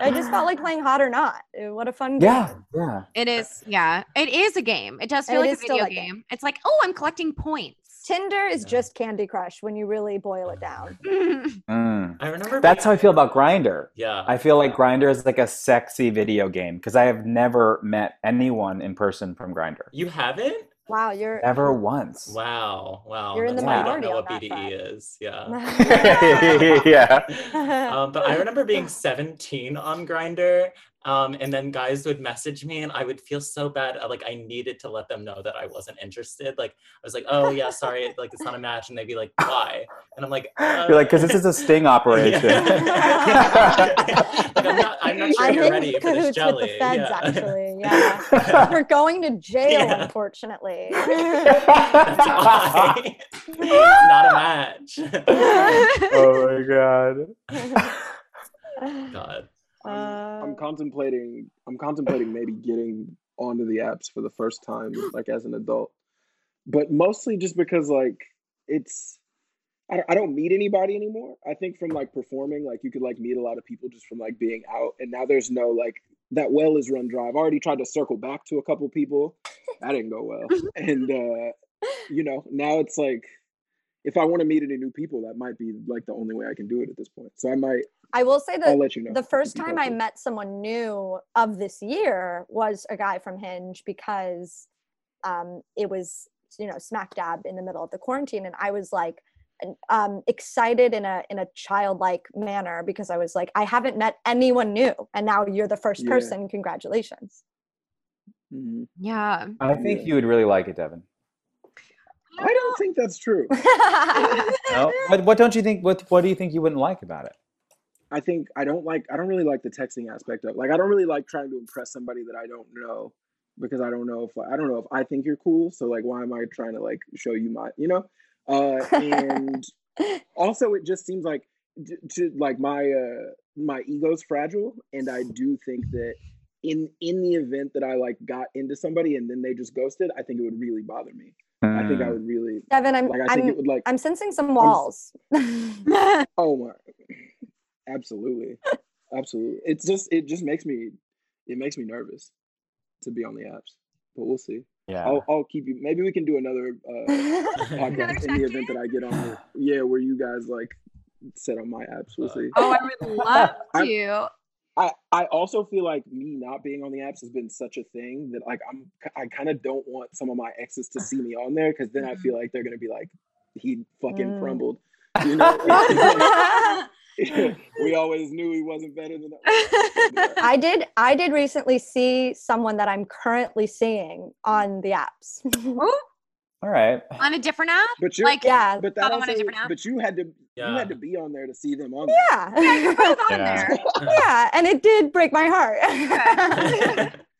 I just felt like playing hot or not. Uh, What a fun game.
Yeah, yeah.
It is, yeah. It is a game. It does feel
It
like a
is still
video
a
game.
game.
It's like, oh, I'm collecting
[laughs]
points. [laughs]
Tinder is
Yeah.
just Candy Crush when you really boil it down.
Mhm.
Mm.
I remember.
That's how
being-
I feel about Grinder.
[laughs] Yeah.
I feel like Grinder is like a sexy video game because I have never met anyone in person from Grinder.
you haven't?
Wow, you're
[laughs]
[laughs]
Ever once.
Wow. Wow.
You're in
That's
the
why you don't
minority
know
on
what
that
BDE is. Yeah.
yeah.
[laughs] um, but I remember being 17 on Grinder, um, and then guys would message me, and I would feel so bad. uh, Like I needed to let them know that I wasn't interested. Like I was like, "Oh yeah, sorry, like it's not a match," and they'd be like, "Why?" And I'm like, uh,
[laughs] You're like, because this is a
[laughs]
[laughs]
sting operation.
Yeah. [laughs] like I'm not, I'm not sure
I'm
you're
in
ready for this
cahoots with
jelly.
the feds,
yeah.
actually. Yeah. [laughs] We're going to jail,
Yeah.
[laughs]
unfortunately.
[laughs]
[laughs]
That's why. [laughs] it's not a
[laughs]
match.
[laughs]
Um,
oh my god.
God. [laughs]
I'm, I'm
Uh,
contemplating. I'm contemplating maybe getting onto the apps for the first time, like as an adult. But mostly just because, like, it's. I don't, I don't meet anybody anymore. I think from like performing, like you could like meet a lot of people just from like being out. And now there's no like that well is run dry. I've already tried to circle back to a couple people. That didn't
[laughs]
go well. And uh, you know, now it's like if I want to meet any new people, that might be like the only way I can do it at this point. So I might.
I will say that
I'll let you know.
the first
Keep you
time I
posted.
met someone new of this year was a guy from Hinge because um, it was you know smack dab in the middle of the quarantine, and I was like an- um, excited in a in a childlike manner because I was like I haven't met anyone new, and now you're the first
Yeah.
person.
[laughs]
Congratulations. [laughs]
Mhm.
yeah.
I think you would really like it, Devin.
I don't think that's true.
No? Oh, What, what don't you think? What What do you think you wouldn't like about it?
I think I don't like I don't really like the texting aspect of it. like I don't really like trying to impress somebody that I don't know because I don't know if I don't know if I think you're cool. So like why am I trying to like show you my you know? Uh and also it just seems like d- to like my uh my ego's fragile and I do think that in in the event that I like got into somebody and then they just ghosted, I think it would really bother me.
Hmm.
I think
Mm.
I would really
Devin, I'm
like I think
I'm
it would like
I'm sensing some walls. [laughs]
Oh my! Absolutely, absolutely. It's just it just makes me it makes me nervous to be on the apps, but we'll see.
Yeah.
I'll I'll keep you. Maybe we can do another
[laughs]
[laughs]
uh,
Another
podcast in the event
check-in?
that I get on. the- Yeah, where you guys like sit on my apps. We'll
Uh,
see.
Oh, I would love
I'm-
to.
I I also feel like me not being on the apps has been such a thing that like I'm I kind of don't want some of my exes to see me on there because then I feel
Mm.
like they're gonna be like he fucking
[laughs]
Mm.
crumbled. You know,
I
[laughs] we always knew he wasn't better than. the-
[laughs]
I did I did recently see someone that I'm currently seeing on the apps.
All right.
on a different app?
But you,
Like,
yeah.
but
follow
that
them on a
also,
different app?
but you had to, you
Yeah.
had to be on there to see them on.
Yeah, you're
Yeah.
both on
Yeah.
there.
[laughs] yeah, and it did break my heart.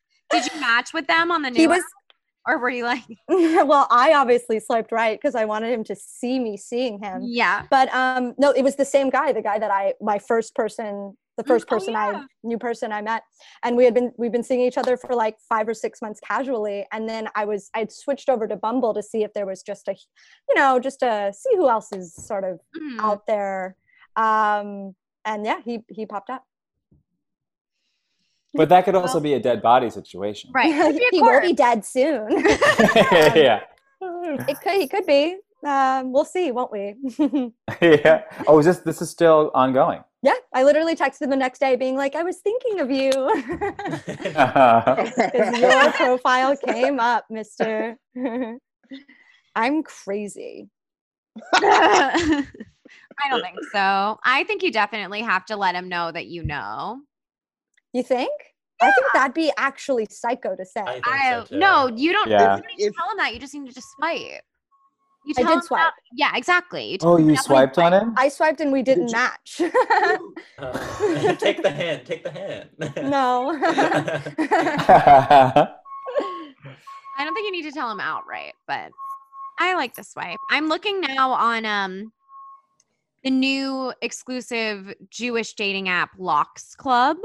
[laughs]
Did you match with them on the new
he was
app? Or were you like,
[laughs] well, I obviously swiped right because I wanted him to see me seeing him.
yeah.
But um no, it was the same guy, the guy that I my first person the first
oh,
person
yeah.
I new person I met and we had been we've been seeing each other for like 5 or 6 months casually and then I was I'd switched over to Bumble to see if there was just a you know, just a see who else is sort of
Mm.
out there. Um, and yeah, he he popped up.
But that could also
Well-
be a dead body situation.
[laughs]
Right. Could be a
he will
corpse.
be
[laughs]
dead soon.
[laughs]
[laughs]
yeah.
it could he could be. Um, we'll see, won't we? [laughs]
[laughs] yeah. Oh, is this this is still ongoing? [laughs]
yeah, I literally texted him the next day, being like, "I was thinking of you." [laughs]
[laughs]
Because your profile came up, Mister. [laughs] I'm crazy.
[laughs] I don't think so. I think you definitely have to let him know that you know.
You think? I think that'd be actually psycho to say.
I-
I,
think so,
I
too.
no, you don't.
Yeah.
You don't need to
If-
tell him that. You just need to just swipe. You
I
tell
did
him about- yeah, exactly. You tell
oh,
him
you
definitely
swiped on him? [laughs]
swiped and we
Did
didn't
you-
match. [laughs]
Uh, [laughs] take the hint. Take the hint. [laughs]
no.
I don't think you need to tell him outright, but I like the swipe. I'm looking now on um the new exclusive Jewish dating app Locks Club.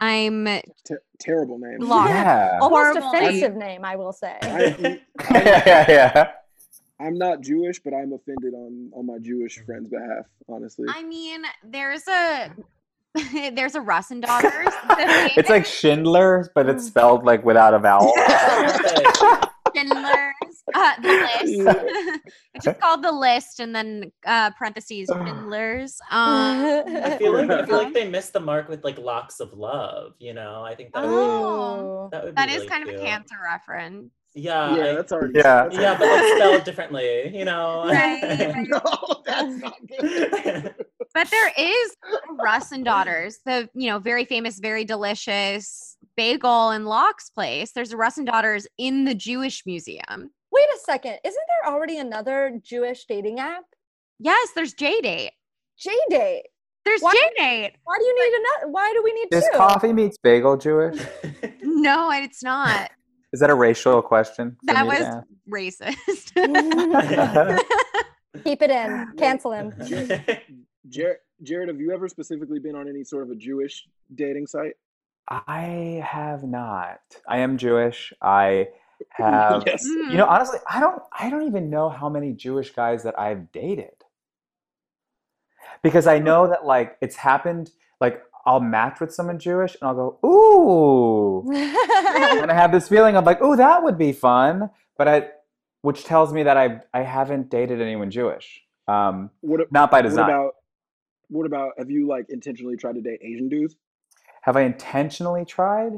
I'm
Ter- terrible name.
Lock.
yeah.
[laughs]
[laughs]
Almost
Horrible
offensive name, I will say.
[laughs]
I,
yeah, yeah,
I'm not Jewish, but I'm offended on on my Jewish friends' behalf. Honestly,
I mean, there's a [laughs] There's a Russ and Daughters.
[laughs]
The
it's like Schindler, but it's spelled like without a vowel.
Schindler's
[laughs]
uh, the list. [laughs] it's just called the list, and then uh,
[sighs]
parentheses Schindler's. Um,
I
[laughs]
feel like I feel
[laughs]
like they missed the mark with like locks of love. You know, I think that would be,
oh,
that would be
that is
really
kind of a
cute.
cancer
[laughs]
reference.
Yeah,
yeah,
Uh, I-
that's already.
Yeah.
that's
yeah, but
already-
it's spelled differently. You know. [laughs]
Right, right.
no, that's not good.
But there is Russ and Daughters, the you know very famous, very delicious bagel and lox place. There's a Russ and Daughters in the Jewish Museum.
Wait a second. Isn't there already another Jewish dating app?
Yes, there's J Date.
J Date.
There's
Why-
J Date.
Why do you need another? Why do we need
Is
two?
coffee meets bagel Jewish?
No, it's not.
Is that a racial question? for
That
me to
was
ask?
Racist.
[laughs] Keep it in.
[laughs]
Cancel him. [laughs]
Jared, Jared, have you ever specifically been on any sort of a Jewish dating site?
[laughs] I have not. I am Jewish. I have.
[laughs] yes.
You know, honestly, I don't. I don't even know how many Jewish guys that I've dated. Because I know that like it's happened. Like I'll match with someone Jewish, and I'll go, ooh.
[laughs]
and I have this feeling of like, oh, that would be fun, but I, which tells me that I I haven't dated anyone Jewish, um,
What,
not by
what
design.
about what about have you like intentionally tried to date Asian dudes?
have I intentionally tried?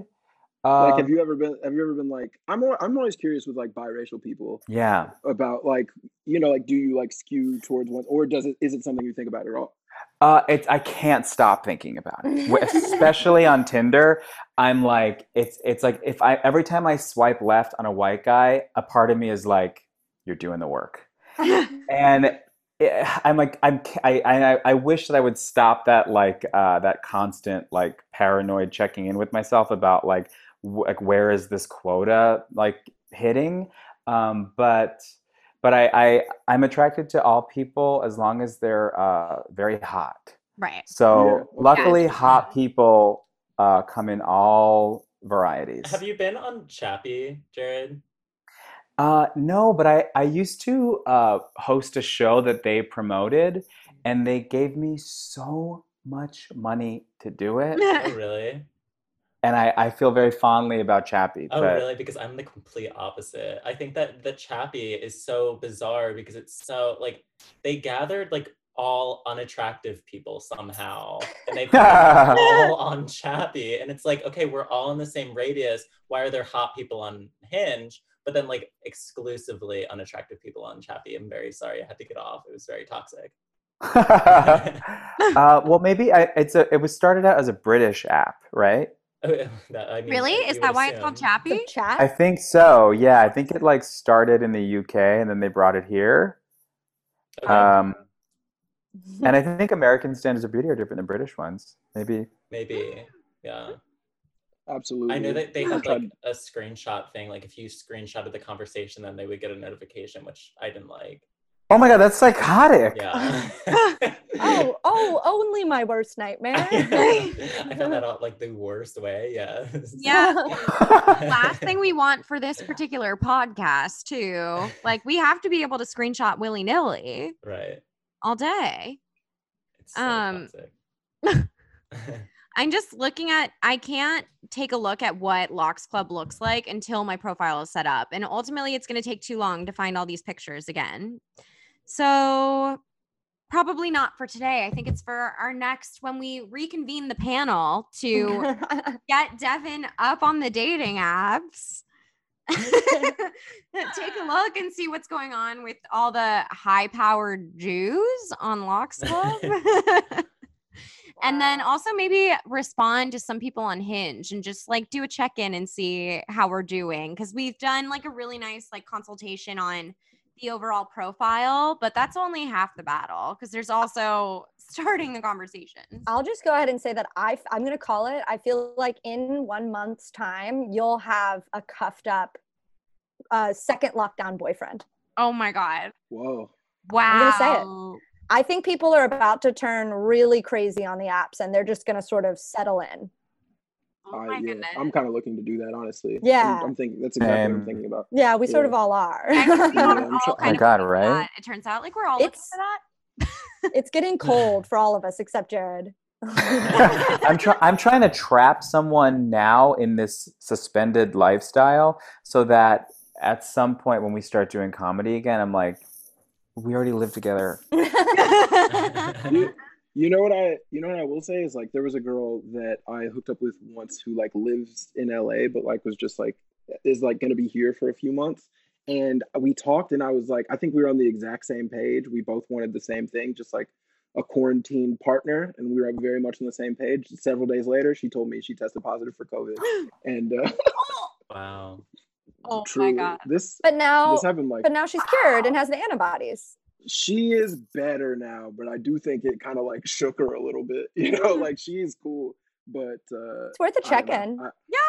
Like,
Um,
have you ever been? Have you ever been like? I'm al- I'm always curious with like biracial people
Yeah,
about like you know like do you like skew towards one or does it is it something you think about at all?
uh, it's I can't stop thinking about it, Wh- especially on Tinder. I'm like, it's it's like if I every time I swipe left on a white guy, a part of me is like, you're doing the work. and it, I'm like I'm ca- I, I I wish that I would stop that like uh, that constant like paranoid checking in with myself about like wh- like where is this quota like hitting, um, but but I, I I'm attracted to all people as long as they're uh, very hot.
[laughs] right.
So
Yeah.
luckily,
Yes.
hot people uh, come in all varieties.
Have you been on Chappie, Jared?
Uh, no, but I, I used to uh, host a show that they promoted, and they gave me so much money to
[laughs]
do it.
Oh
[laughs]
really?
And I, I feel very fondly about Chappie,
Oh
but
really? Because I'm the complete opposite. I think that the Chappie is so bizarre because it's so like they gathered like all unattractive people somehow, and
[laughs]
they put them
[laughs]
all on Chappie, and it's like okay, we're all in the same radius. Why are there hot people on Hinge? But then, like, exclusively unattractive people on Chappie. I'm very sorry. I had to get off. It was very toxic.
[laughs]
[laughs]
uh, well, maybe I, it's a it was started out as a British app, right?
That- I mean,
really?
you
Is
would
that why it's called
assume.
Chappie?
The chat.
I think so. Yeah, I think it like started in the UK and then they brought it here.
Okay.
Um, and I think American standards of beauty are different than British ones. Maybe.
Maybe. Yeah.
Absolutely.
I know that they
I
had like
tried-
a screenshot thing. Like if you screenshotted the conversation, then they would get a notification, which I didn't like.
Oh my God, that's psychotic.
[laughs]
Yeah. [laughs]
oh, oh, only my worst
[laughs]
nightmare.
[laughs] I found that out like the worst way. Yeah. [laughs]
Yeah. Last thing we want for this particular podcast, too. Like, we have to be able to screenshot willy nilly
Right.
all day.
It's so
Um,
toxic. [laughs]
I'm just looking at, I can't take a look at what Locks Club looks like until my profile is set up. And ultimately, it's going to take too long to find all these pictures again. So, probably not for today. I think it's for our next, when we reconvene the panel
Mm-hmm.
to get Devin up on the dating apps. [laughs] Take a look and see what's going on with all the high powered Jews on Locks Club. [laughs]
[laughs]
And then also maybe respond to some people on Hinge and just like do a check in and see how we're doing. Cause we've done like a really nice like consultation on the overall profile, but that's only half the battle. Cause there's also starting the conversations.
[laughs] I'll just go ahead and say that I f- I'm going to call it. I feel like in one month's time, you'll have a cuffed up uh, second lockdown boyfriend.
Oh my God.
Whoa.
Wow.
gonna say it. I think people are about to turn really crazy on the apps and they're just going to sort of settle in.
Oh
I-
my
Uh, yeah,
goodness. [laughs]
I'm kind of looking to do that honestly. I'm-
Yeah.
I'm, thinking that's exactly what
Same.
I'm thinking about.
Yeah, we sort
Yeah.
of all are.
I think we
Yeah,
are
[laughs]
I'm
all
sure-
Oh my
kind of
God,
looking for
right?
that. It turns out like we're all looking
It's-
for that.
[laughs]
it's getting cold for all of us except Jared.
[laughs]
[laughs]
I'm try- I'm trying to trap someone now in this suspended lifestyle so that at some point when we start doing comedy again, I'm like, we already live together.
[laughs]
[laughs]
you, you know what I you know what I will say is like there was a girl that I hooked up with once who like lives in LA but like was just like is like going to be here for a few months and we talked and I was like I think we were on the exact same page we both wanted the same thing just like a quarantine partner and we were very much on the same page several days later she told me she tested positive for
[gasps]
covid and uh,
wow.
oh
truly
my god. Oh.
this
But now,
this happened like
but now she's cured and has the antibodies.
she is better now, but I do think it kind of like shook her a little bit. [laughs] You know,
Mm-hmm.
like she's cool, but uh,
It's worth a
I don't
check
know.
in.
I,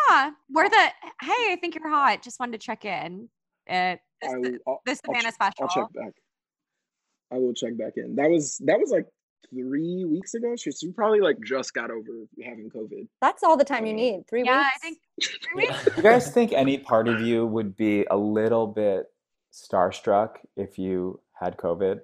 Yeah. Where Ah, the hey, I think you're hot. Just wanted to check in. It
I,
this,
will- I'll,
this
I'll
Savannah
check-
special.
I'll check back. I will check back in. That was that was like three weeks ago. She, she probably like just got over having
[laughs]
COVID.
That's all the time you
Uh,
need. Three
yeah,
weeks.
I
[laughs]
think
[laughs]
You guys think any part of you would be a little bit starstruck if you had COVID?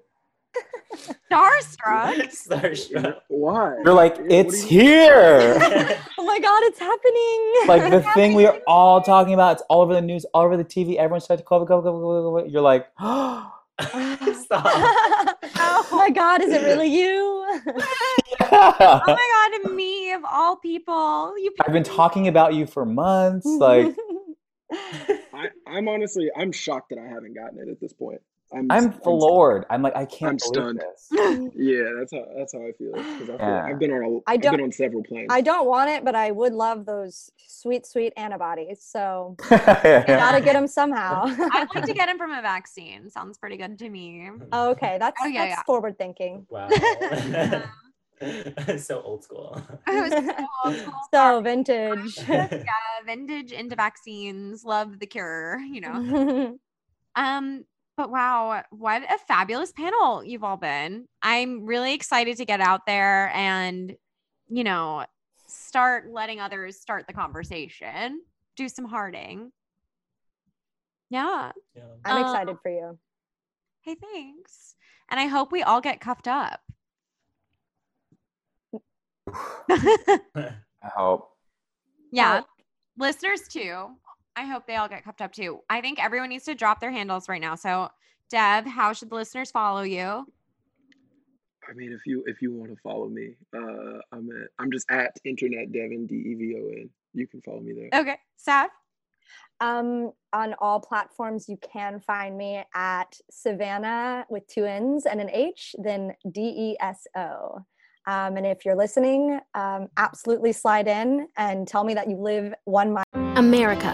starstruck.
Starstruck.
Why?
You're like,
What do
it's
you- [laughs]
here.
[laughs] Oh my God, it's happening.
like
[laughs]
the thing we are all talking about. It's all over the news, all over the TV. Everyone's like, COVID, COVID, COVID, COVID. You're like, [gasps] oh.
[laughs] Stop.
oh my God,
[laughs]
is it really you?
Oh my
[laughs]
god, me of all people. You
I've been talking about you for months. Like,
I, I'm honestly, I'm shocked that I haven't gotten it at this point. I'm
I'm
I'm-
floored. I'm like, I can't
I'm
believe
stunned.
this. [laughs]
Yeah, that's how that's how I feel. 'Cause I feel
Yeah.
I've been on a,
I
I've
don't-
been on several planes.
[laughs] I don't want it, but I would love those sweet, sweet antibodies. So
Yeah.
gotta get them somehow. [laughs]
I'd like
[laughs]
to get him from a vaccine. Sounds pretty good to me.
[laughs]
[laughs]
Oh, okay, that's,
Oh, yeah,
that's
yeah.
forward thinking.
Wow. [laughs] so old school. [laughs]
It was
[laughs]
so old school.
So vintage.
[laughs] Uh, vintage into vaccines. Love the cure, you know. Um, but wow, what a fabulous panel you've all been. I'm really excited to get out there and, you know, start letting others start the conversation, do some harding. Yeah.
Yeah.
[laughs] I'm
Uh,
excited for you.
Hey, thanks. And I hope we all get cuffed up. [laughs]
[laughs]
I hope.
yeah. Listeners, too. I hope they all get cuffed up, too. I think everyone needs to drop their handles right now. So, Deb, how should the listeners follow you?
I mean, if you if you want to follow me, uh, I'm at I'm just at internet devon d e v o n. You can follow me there.
Okay. Seth?
Um, on all platforms, you can find me at Savannah with two N's and an H, then D E S O. Um, and if you're listening, um, absolutely slide in and tell me that you live one mile.
America.